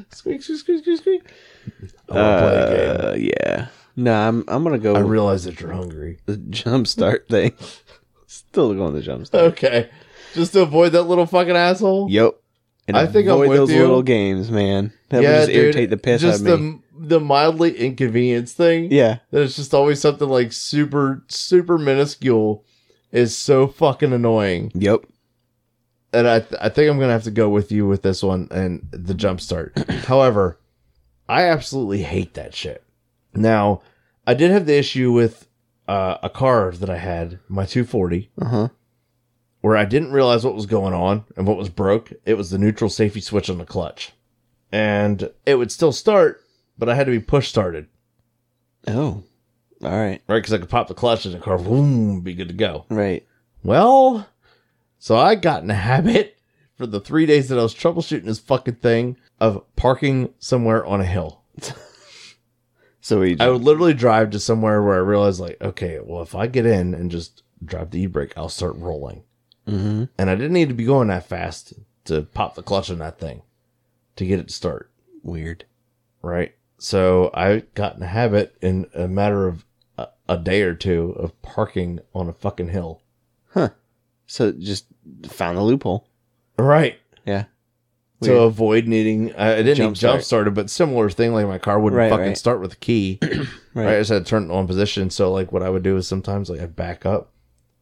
Speaker 3: Squeak, squeak, squeak, squeak, squeak. Oh. I want to play a game.
Speaker 4: Uh, yeah. No, I'm I'm gonna go
Speaker 3: I
Speaker 4: with
Speaker 3: realize that you're hungry.
Speaker 4: the [LAUGHS] jump start thing. [LAUGHS] Still going the jump start.
Speaker 3: Okay, just to avoid that little fucking asshole.
Speaker 4: Yep. And
Speaker 3: I think I'm
Speaker 4: avoid
Speaker 3: with
Speaker 4: those
Speaker 3: you.
Speaker 4: little games, man. That would just irritate the piss
Speaker 3: just
Speaker 4: out of me.
Speaker 3: the the mildly inconvenience thing.
Speaker 4: yeah.
Speaker 3: that it's just always something like super super minuscule is so fucking annoying
Speaker 4: Yep.
Speaker 3: and i th- i think i'm gonna have to go with you with this one and the jump start however i absolutely hate that shit now i did have the issue with uh, a car that i had my 240
Speaker 4: Uh huh.
Speaker 3: where i didn't realize what was going on and what was broke it was the neutral safety switch on the clutch and it would still start but i had to be push started
Speaker 4: Oh. All right.
Speaker 3: right because i could pop the clutch and the car boom be good to go
Speaker 4: Right.
Speaker 3: Well, so I got in a habit for the three days that I was troubleshooting this fucking thing of parking somewhere on a hill.
Speaker 4: So we.
Speaker 3: I would literally drive to somewhere where I realized, like, okay, well, if I get in and just drive the e brake, I'll start rolling.
Speaker 4: mm-hmm.
Speaker 3: And I didn't need to be going that fast to pop the clutch on that thing to get it to start.
Speaker 4: Weird.
Speaker 3: Right. So I got in a habit in a matter of a, a day or two of parking on a fucking hill.
Speaker 4: So just found the loophole.
Speaker 3: Right.
Speaker 4: Yeah.
Speaker 3: to
Speaker 4: Weird.
Speaker 3: avoid needing I I didn't
Speaker 4: Jump
Speaker 3: need jump
Speaker 4: start.
Speaker 3: started, but similar thing. Like my car wouldn't
Speaker 4: Right,
Speaker 3: fucking
Speaker 4: right.
Speaker 3: start with
Speaker 4: [CLEARS THROAT]
Speaker 3: a key. right.
Speaker 4: Right.
Speaker 3: I just had to turn it on position. So like what I would do is sometimes like I'd back up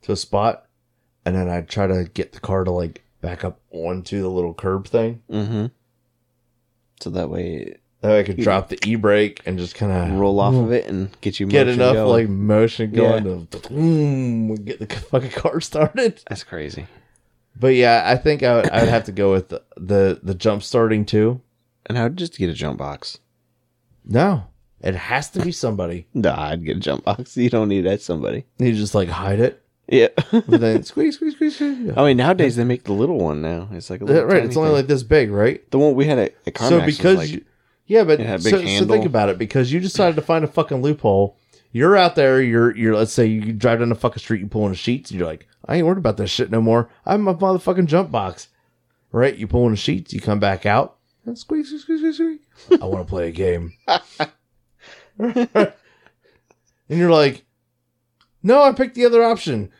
Speaker 3: to a spot, and then I'd try to get the car to like back up onto the little curb thing.
Speaker 4: Mm-hmm. So that way
Speaker 3: That way I could drop the e brake and just kind
Speaker 4: it
Speaker 3: of
Speaker 4: roll off of it and get you
Speaker 3: Get
Speaker 4: motion
Speaker 3: enough
Speaker 4: going.
Speaker 3: like motion going to boom, get the [LAUGHS] fucking car started.
Speaker 4: that's crazy.
Speaker 3: But yeah, I think I would, I would have to go with the, the the jump starting too.
Speaker 4: And I would just get a jump box.
Speaker 3: No, it has to be somebody.
Speaker 4: Nah, I'd get a jump box. [LAUGHS] You don't need that somebody.
Speaker 3: You just like hide it.
Speaker 4: Yeah. [LAUGHS]
Speaker 3: But then squeeze, squeeze, squeeze, squeeze. Yeah.
Speaker 4: I mean, nowadays they make the little one now. It's like a
Speaker 3: Yeah,
Speaker 4: little
Speaker 3: Uh, right, it's
Speaker 4: tiny
Speaker 3: only
Speaker 4: thing.
Speaker 3: like this big, right?
Speaker 4: the one we had at, at Carmax.
Speaker 3: so because
Speaker 4: was like,
Speaker 3: you, yeah, but
Speaker 4: it had a big
Speaker 3: so, so
Speaker 4: handle.
Speaker 3: think about it because you decided to find a fucking loophole. You're out there. You're you're. Let's say you drive down the fucking street. You pull in the sheets. And you're like, I ain't worried about this shit no more. I'm a motherfucking jump box, right? You pull in the sheets. You come back out. And squeak, squeak, squeak, squeak, squeak. I want to play
Speaker 4: [LAUGHS]
Speaker 3: a game. and you're like, No, I picked the other option.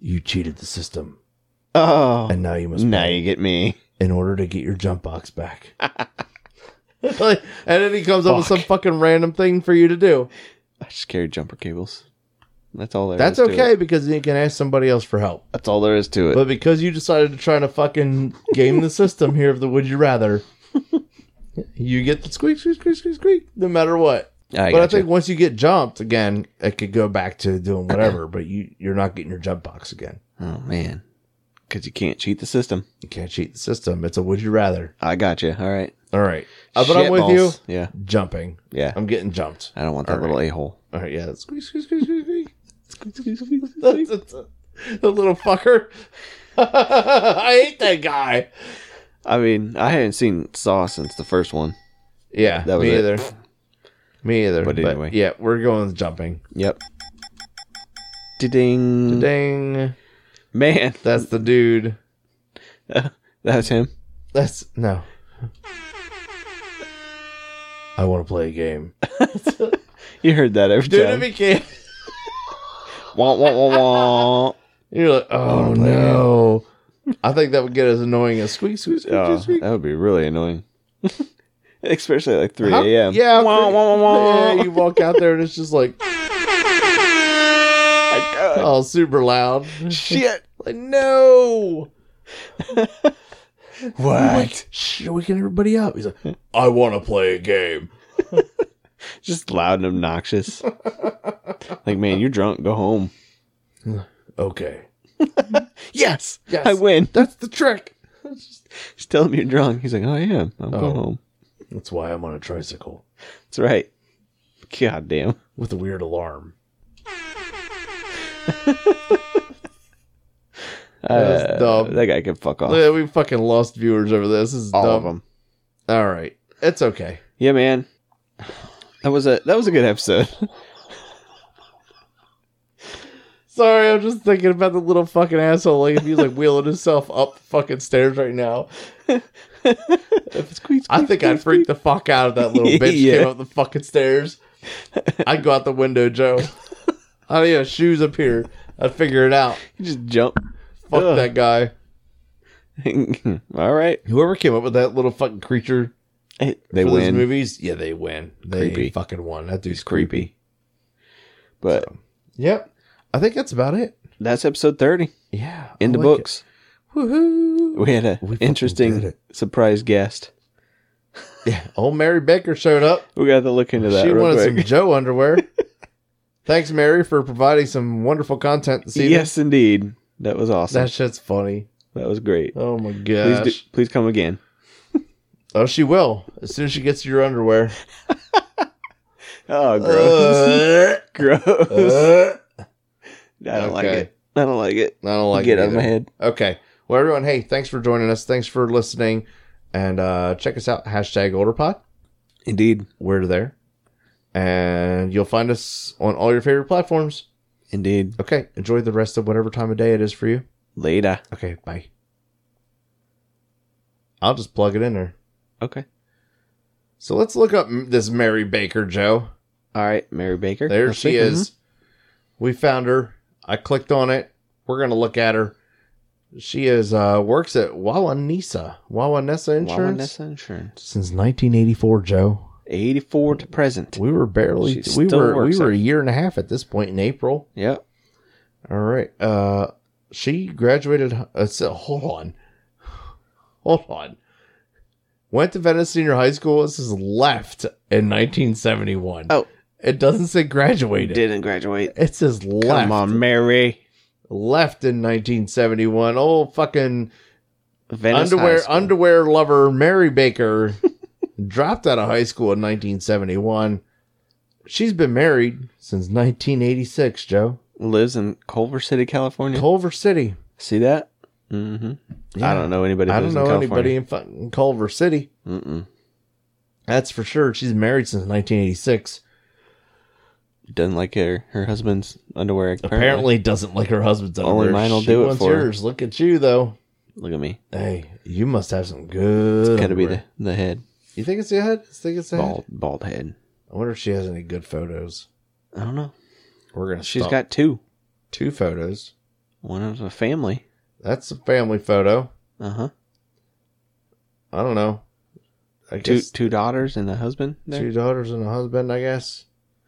Speaker 3: You cheated the system,
Speaker 4: Oh,
Speaker 3: and now you must
Speaker 4: now
Speaker 3: pay
Speaker 4: you get me.
Speaker 3: in order to get your jump box back. [LAUGHS] Like, and then he comes up with some
Speaker 4: Fuck.
Speaker 3: fucking random thing for you to do.
Speaker 4: I just carry jumper cables. That's all there.
Speaker 3: That's
Speaker 4: is to it.
Speaker 3: okay because you can ask somebody else for help.
Speaker 4: That's all there is to it.
Speaker 3: But because you decided to try to fucking game the system here of the would you rather, [LAUGHS] you get the squeak, squeak, squeak, squeak, squeak, no matter what.
Speaker 4: I
Speaker 3: but I
Speaker 4: gotcha.
Speaker 3: think once you get jumped again, it could go back to doing whatever. but you you're not getting your jump box again.
Speaker 4: oh man, because you can't cheat the system.
Speaker 3: You can't cheat the system. It's a would you rather.
Speaker 4: I gotcha. All right.
Speaker 3: All right, Uh, but I'm
Speaker 4: Shit
Speaker 3: with
Speaker 4: balls. Yeah,
Speaker 3: you. Jumping.
Speaker 4: yeah.
Speaker 3: I'm getting jumped.
Speaker 4: I don't want that
Speaker 3: All
Speaker 4: little
Speaker 3: right.
Speaker 4: a hole.
Speaker 3: All right, yeah. [LAUGHS] Squeak, squeak, squeak, squeak, squeak. That's- that's a- The little fucker. [LAUGHS] I hate that guy.
Speaker 4: I mean, I haven't seen Saw since the first one.
Speaker 3: Yeah,
Speaker 4: That was
Speaker 3: me
Speaker 4: it.
Speaker 3: either. Me either.
Speaker 4: But
Speaker 3: But
Speaker 4: anyway.
Speaker 3: yeah, we're going with jumping.
Speaker 4: Yep. Ding.
Speaker 3: Dang,
Speaker 4: Man, [LAUGHS]
Speaker 3: that's the dude.
Speaker 4: that's him.
Speaker 3: That's no. I want to play
Speaker 4: [LAUGHS]
Speaker 3: a game.
Speaker 4: You heard that every
Speaker 3: Dude,
Speaker 4: time.
Speaker 3: it became.
Speaker 4: [LAUGHS] Wah, wah,
Speaker 3: [LAUGHS]
Speaker 4: wah, wah.
Speaker 3: You're like, oh no. I think that would get as annoying as squeak, squeak, squeak,
Speaker 4: Oh,
Speaker 3: squeak.
Speaker 4: that would be really annoying. [LAUGHS] Especially at like 3
Speaker 3: How-
Speaker 4: a.m.
Speaker 3: Yeah,
Speaker 4: Wah,
Speaker 3: cre-
Speaker 4: wah, wah, wah.
Speaker 3: yeah. You walk out there and it's just like,
Speaker 4: My God. [LAUGHS]
Speaker 3: oh, super loud.
Speaker 4: Shit.
Speaker 3: [LAUGHS] Like, [LAUGHS] no.
Speaker 4: What?
Speaker 3: Shh, you're waking everybody up. He's like, [LAUGHS] I want to play a game.
Speaker 4: Just loud and obnoxious. like, man, you're drunk. Go home.
Speaker 3: Okay.
Speaker 4: Yes.
Speaker 3: Yes.
Speaker 4: I win.
Speaker 3: That's the trick.
Speaker 4: [LAUGHS] Just tell him you're drunk. He's like, oh, I am. I'm
Speaker 3: Oh.
Speaker 4: going home.
Speaker 3: That's why I'm on a tricycle
Speaker 4: That's right. God damn.
Speaker 3: with a weird alarm. That's
Speaker 4: Uh,
Speaker 3: dumb.
Speaker 4: That guy can fuck off.
Speaker 3: Yeah, we fucking lost viewers over this. This is
Speaker 4: All
Speaker 3: dumb.
Speaker 4: of them.
Speaker 3: All right. It's okay.
Speaker 4: Yeah, man. That was a that was a good
Speaker 3: [LAUGHS]
Speaker 4: episode.
Speaker 3: Sorry, I'm just thinking about the little fucking asshole. Like, if he's like [LAUGHS] wheeling himself up the fucking stairs right now,
Speaker 4: Squeak,
Speaker 3: I
Speaker 4: squeak,
Speaker 3: think I'd
Speaker 4: squeak, squeak.
Speaker 3: freak the fuck out of that little [LAUGHS] bitch
Speaker 4: Yeah.
Speaker 3: came up the fucking stairs. I'd go out the window, [LAUGHS] Joe. I don't even have shoes up here. I'd figure it out.
Speaker 4: You just jump. [LAUGHS]
Speaker 3: Fuck
Speaker 4: Ugh.
Speaker 3: that guy.
Speaker 4: All right.
Speaker 3: Whoever came up with that little fucking creature
Speaker 4: Hey, They
Speaker 3: for those
Speaker 4: win.
Speaker 3: movies, yeah, they win. They
Speaker 4: Creepy.
Speaker 3: fucking won. That dude's
Speaker 4: It's creepy. But
Speaker 3: Yep. I think that's about it.
Speaker 4: that's episode 30
Speaker 3: Yeah.
Speaker 4: in the books.
Speaker 3: Woohoo.
Speaker 4: We had a
Speaker 3: We fucking did
Speaker 4: interesting
Speaker 3: it.
Speaker 4: surprise guest.
Speaker 3: [LAUGHS] Yeah. Old Mary Baker showed up.
Speaker 4: We got to look into that
Speaker 3: She
Speaker 4: real
Speaker 3: wanted
Speaker 4: quick. [LAUGHS]
Speaker 3: some Joe [LAUGHS] underwear. Thanks, Mary, for providing some wonderful content this evening.
Speaker 4: yes, indeed. That was awesome.
Speaker 3: That shit's funny.
Speaker 4: that was great.
Speaker 3: Oh my
Speaker 4: Please,
Speaker 3: gosh.
Speaker 4: do, please come again.
Speaker 3: Oh, she will. As soon as she gets your underwear.
Speaker 4: Oh, gross. [LAUGHS]
Speaker 3: Uh,
Speaker 4: gross.
Speaker 3: [LAUGHS] uh,
Speaker 4: I don't like
Speaker 3: okay.
Speaker 4: it. I don't like it.
Speaker 3: I don't like
Speaker 4: Get
Speaker 3: it
Speaker 4: out of my
Speaker 3: either.
Speaker 4: head.
Speaker 3: Okay. Well, everyone, hey, thanks for joining us. Thanks for listening. And uh, check us out, hashtag OlderPod.
Speaker 4: Indeed.
Speaker 3: We're there. And you'll find us on all your favorite platforms.
Speaker 4: Indeed.
Speaker 3: Okay. Enjoy the rest of whatever time of day it is for you.
Speaker 4: Later.
Speaker 3: Okay. Bye. I'll just plug it in there.
Speaker 4: Okay.
Speaker 3: So let's look up m- this Mary Baker, Joe.
Speaker 4: All right, Mary Baker.
Speaker 3: There
Speaker 4: Let's
Speaker 3: she
Speaker 4: see.
Speaker 3: is. We found her. I clicked on it. We're gonna look at her. She is uh works at Wawanesa.
Speaker 4: Mhm.
Speaker 3: Wawanesa
Speaker 4: Wawa
Speaker 3: Insurance
Speaker 4: Nessa Insurance.
Speaker 3: since 1984, Joe.
Speaker 4: 84 to present.
Speaker 3: We were barely
Speaker 4: She
Speaker 3: we
Speaker 4: still
Speaker 3: were we
Speaker 4: works
Speaker 3: were
Speaker 4: there.
Speaker 3: a year and a half at this point in April.
Speaker 4: Yep.
Speaker 3: All right. Uh she graduated uh, so, hold on. Hold on. Went to Venice Senior High School. This is left in 1971.
Speaker 4: Oh.
Speaker 3: It doesn't say graduated.
Speaker 4: Didn't graduate.
Speaker 3: It says left.
Speaker 4: Come on, Mary.
Speaker 3: Left in 1971. Old fucking
Speaker 4: Venice High
Speaker 3: underwear
Speaker 4: School.
Speaker 3: underwear lover
Speaker 4: [LAUGHS]
Speaker 3: Mary Baker dropped out of high school in 1971. She's been married since 1986, Joe.
Speaker 4: lives in Culver City, California.
Speaker 3: Culver City.
Speaker 4: See that? Mm-hmm. I don't know anybody.
Speaker 3: I
Speaker 4: Who lives
Speaker 3: don't know
Speaker 4: in
Speaker 3: anybody in fucking Culver City.
Speaker 4: anybody. Mm-mm.
Speaker 3: That's for sure. She's married since 1986.
Speaker 4: doesn't like her her husband's underwear. Apparently,
Speaker 3: Apparently doesn't like her husband's
Speaker 4: Only
Speaker 3: underwear.
Speaker 4: mine'll
Speaker 3: She
Speaker 4: do it
Speaker 3: wants
Speaker 4: for her.
Speaker 3: yours. Look at you though.
Speaker 4: look at me.
Speaker 3: Hey, you must have some good.
Speaker 4: Got to be the
Speaker 3: underwear.
Speaker 4: the head,
Speaker 3: You think it's the head? You think it's the head?
Speaker 4: bald bald head.
Speaker 3: I wonder if she has any good photos.
Speaker 4: I don't know.
Speaker 3: We're gonna.
Speaker 4: She's
Speaker 3: stop.
Speaker 4: got two.
Speaker 3: two photos.
Speaker 4: One of a family.
Speaker 3: That's a family photo.
Speaker 4: Uh huh.
Speaker 3: I don't know. I
Speaker 4: Two
Speaker 3: guess two,
Speaker 4: two daughters and a husband. There.
Speaker 3: daughters and a husband. I guess.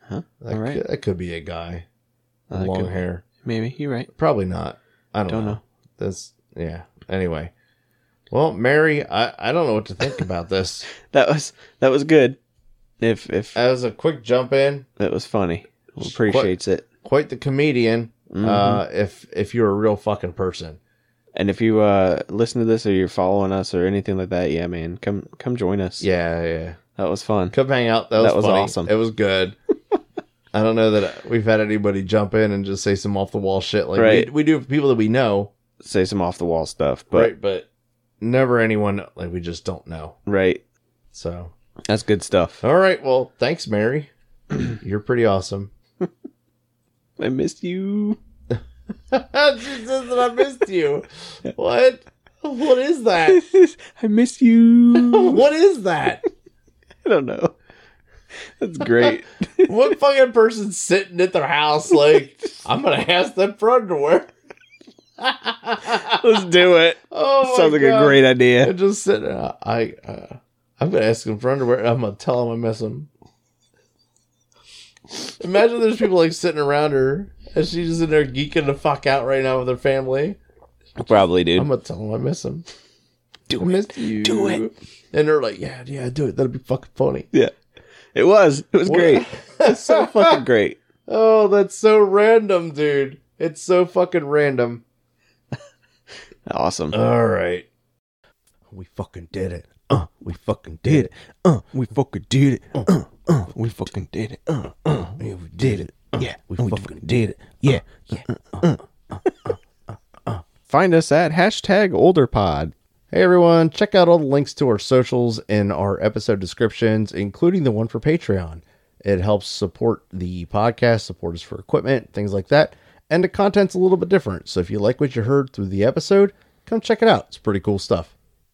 Speaker 4: Huh?
Speaker 3: That,
Speaker 4: All right.
Speaker 3: could, that could be a guy.
Speaker 4: Uh, that
Speaker 3: Long
Speaker 4: could-
Speaker 3: hair. Oh,
Speaker 4: Maybe you're right.
Speaker 3: Probably not. I don't,
Speaker 4: Don't
Speaker 3: know.
Speaker 4: know.
Speaker 3: That's yeah. Anyway. Well, Mary, I, I don't know what to think
Speaker 4: [LAUGHS]
Speaker 3: about this.
Speaker 4: That was that was good. If if
Speaker 3: As a quick jump in,
Speaker 4: that was funny, well, appreciates it.
Speaker 3: quite the comedian.
Speaker 4: Mhm.
Speaker 3: Uh, if if you're a real fucking person,
Speaker 4: and if you uh listen to this or you're following us or anything like that, yeah, man, come come join us.
Speaker 3: yeah, yeah.
Speaker 4: that was fun.
Speaker 3: Come hang out. That was,
Speaker 4: That was
Speaker 3: funny.
Speaker 4: awesome.
Speaker 3: It
Speaker 4: [LAUGHS]
Speaker 3: was good. I don't know that we've had anybody jump in and just say some off the wall shit like
Speaker 4: Right.
Speaker 3: we, we do for people that we know,
Speaker 4: Say some off the wall stuff, but
Speaker 3: right? But never anyone like we just don't know.
Speaker 4: right,
Speaker 3: So
Speaker 4: that's good stuff.
Speaker 3: all right, well,
Speaker 4: [CLEARS THROAT]
Speaker 3: thanks, Mary. You're pretty awesome. [LAUGHS]
Speaker 4: I missed you.
Speaker 3: she says that I missed you. What? What is that?
Speaker 4: [LAUGHS] I miss you.
Speaker 3: What is that?
Speaker 4: [LAUGHS] I don't know. That's [LAUGHS] great.
Speaker 3: What fucking person sitting at their house like I'm gonna ask them for underwear?
Speaker 4: Let's do it.
Speaker 3: Oh, my
Speaker 4: Sounds like
Speaker 3: God.
Speaker 4: a great idea.
Speaker 3: And just sitting, uh, I, uh, I'm gonna ask him for underwear. I'm gonna tell him I miss him. Imagine there's people like sitting around her, and she's just in there geeking the fuck out right now with her family.
Speaker 4: Probably, dude.
Speaker 3: I'm gonna tell him I miss him.
Speaker 4: Do
Speaker 3: I miss you.
Speaker 4: Do it.
Speaker 3: And they're like, yeah, yeah, do it. That'll be fucking funny. [LAUGHS]
Speaker 4: yeah, it was. It was great. [LAUGHS] It's so fucking great.
Speaker 3: Oh, that's so random, dude. It's so fucking random.
Speaker 4: Awesome.
Speaker 3: All right.
Speaker 5: We fucking did it. Uh, we fucking did it. Uh, we fucking did it. Uh, uh, we fucking did it. Uh, uh, yeah, we did it. yeah, we fucking did it. Yeah, yeah. Uh,
Speaker 4: Find us at hashtag olderpod.
Speaker 3: Hey everyone, check out all the links to our socials in our episode descriptions, including the one for Patreon. It helps support the podcast, support us for equipment, things like that. And the content's a little bit different. So if you like what you heard through the episode, come check it out. It's pretty cool stuff.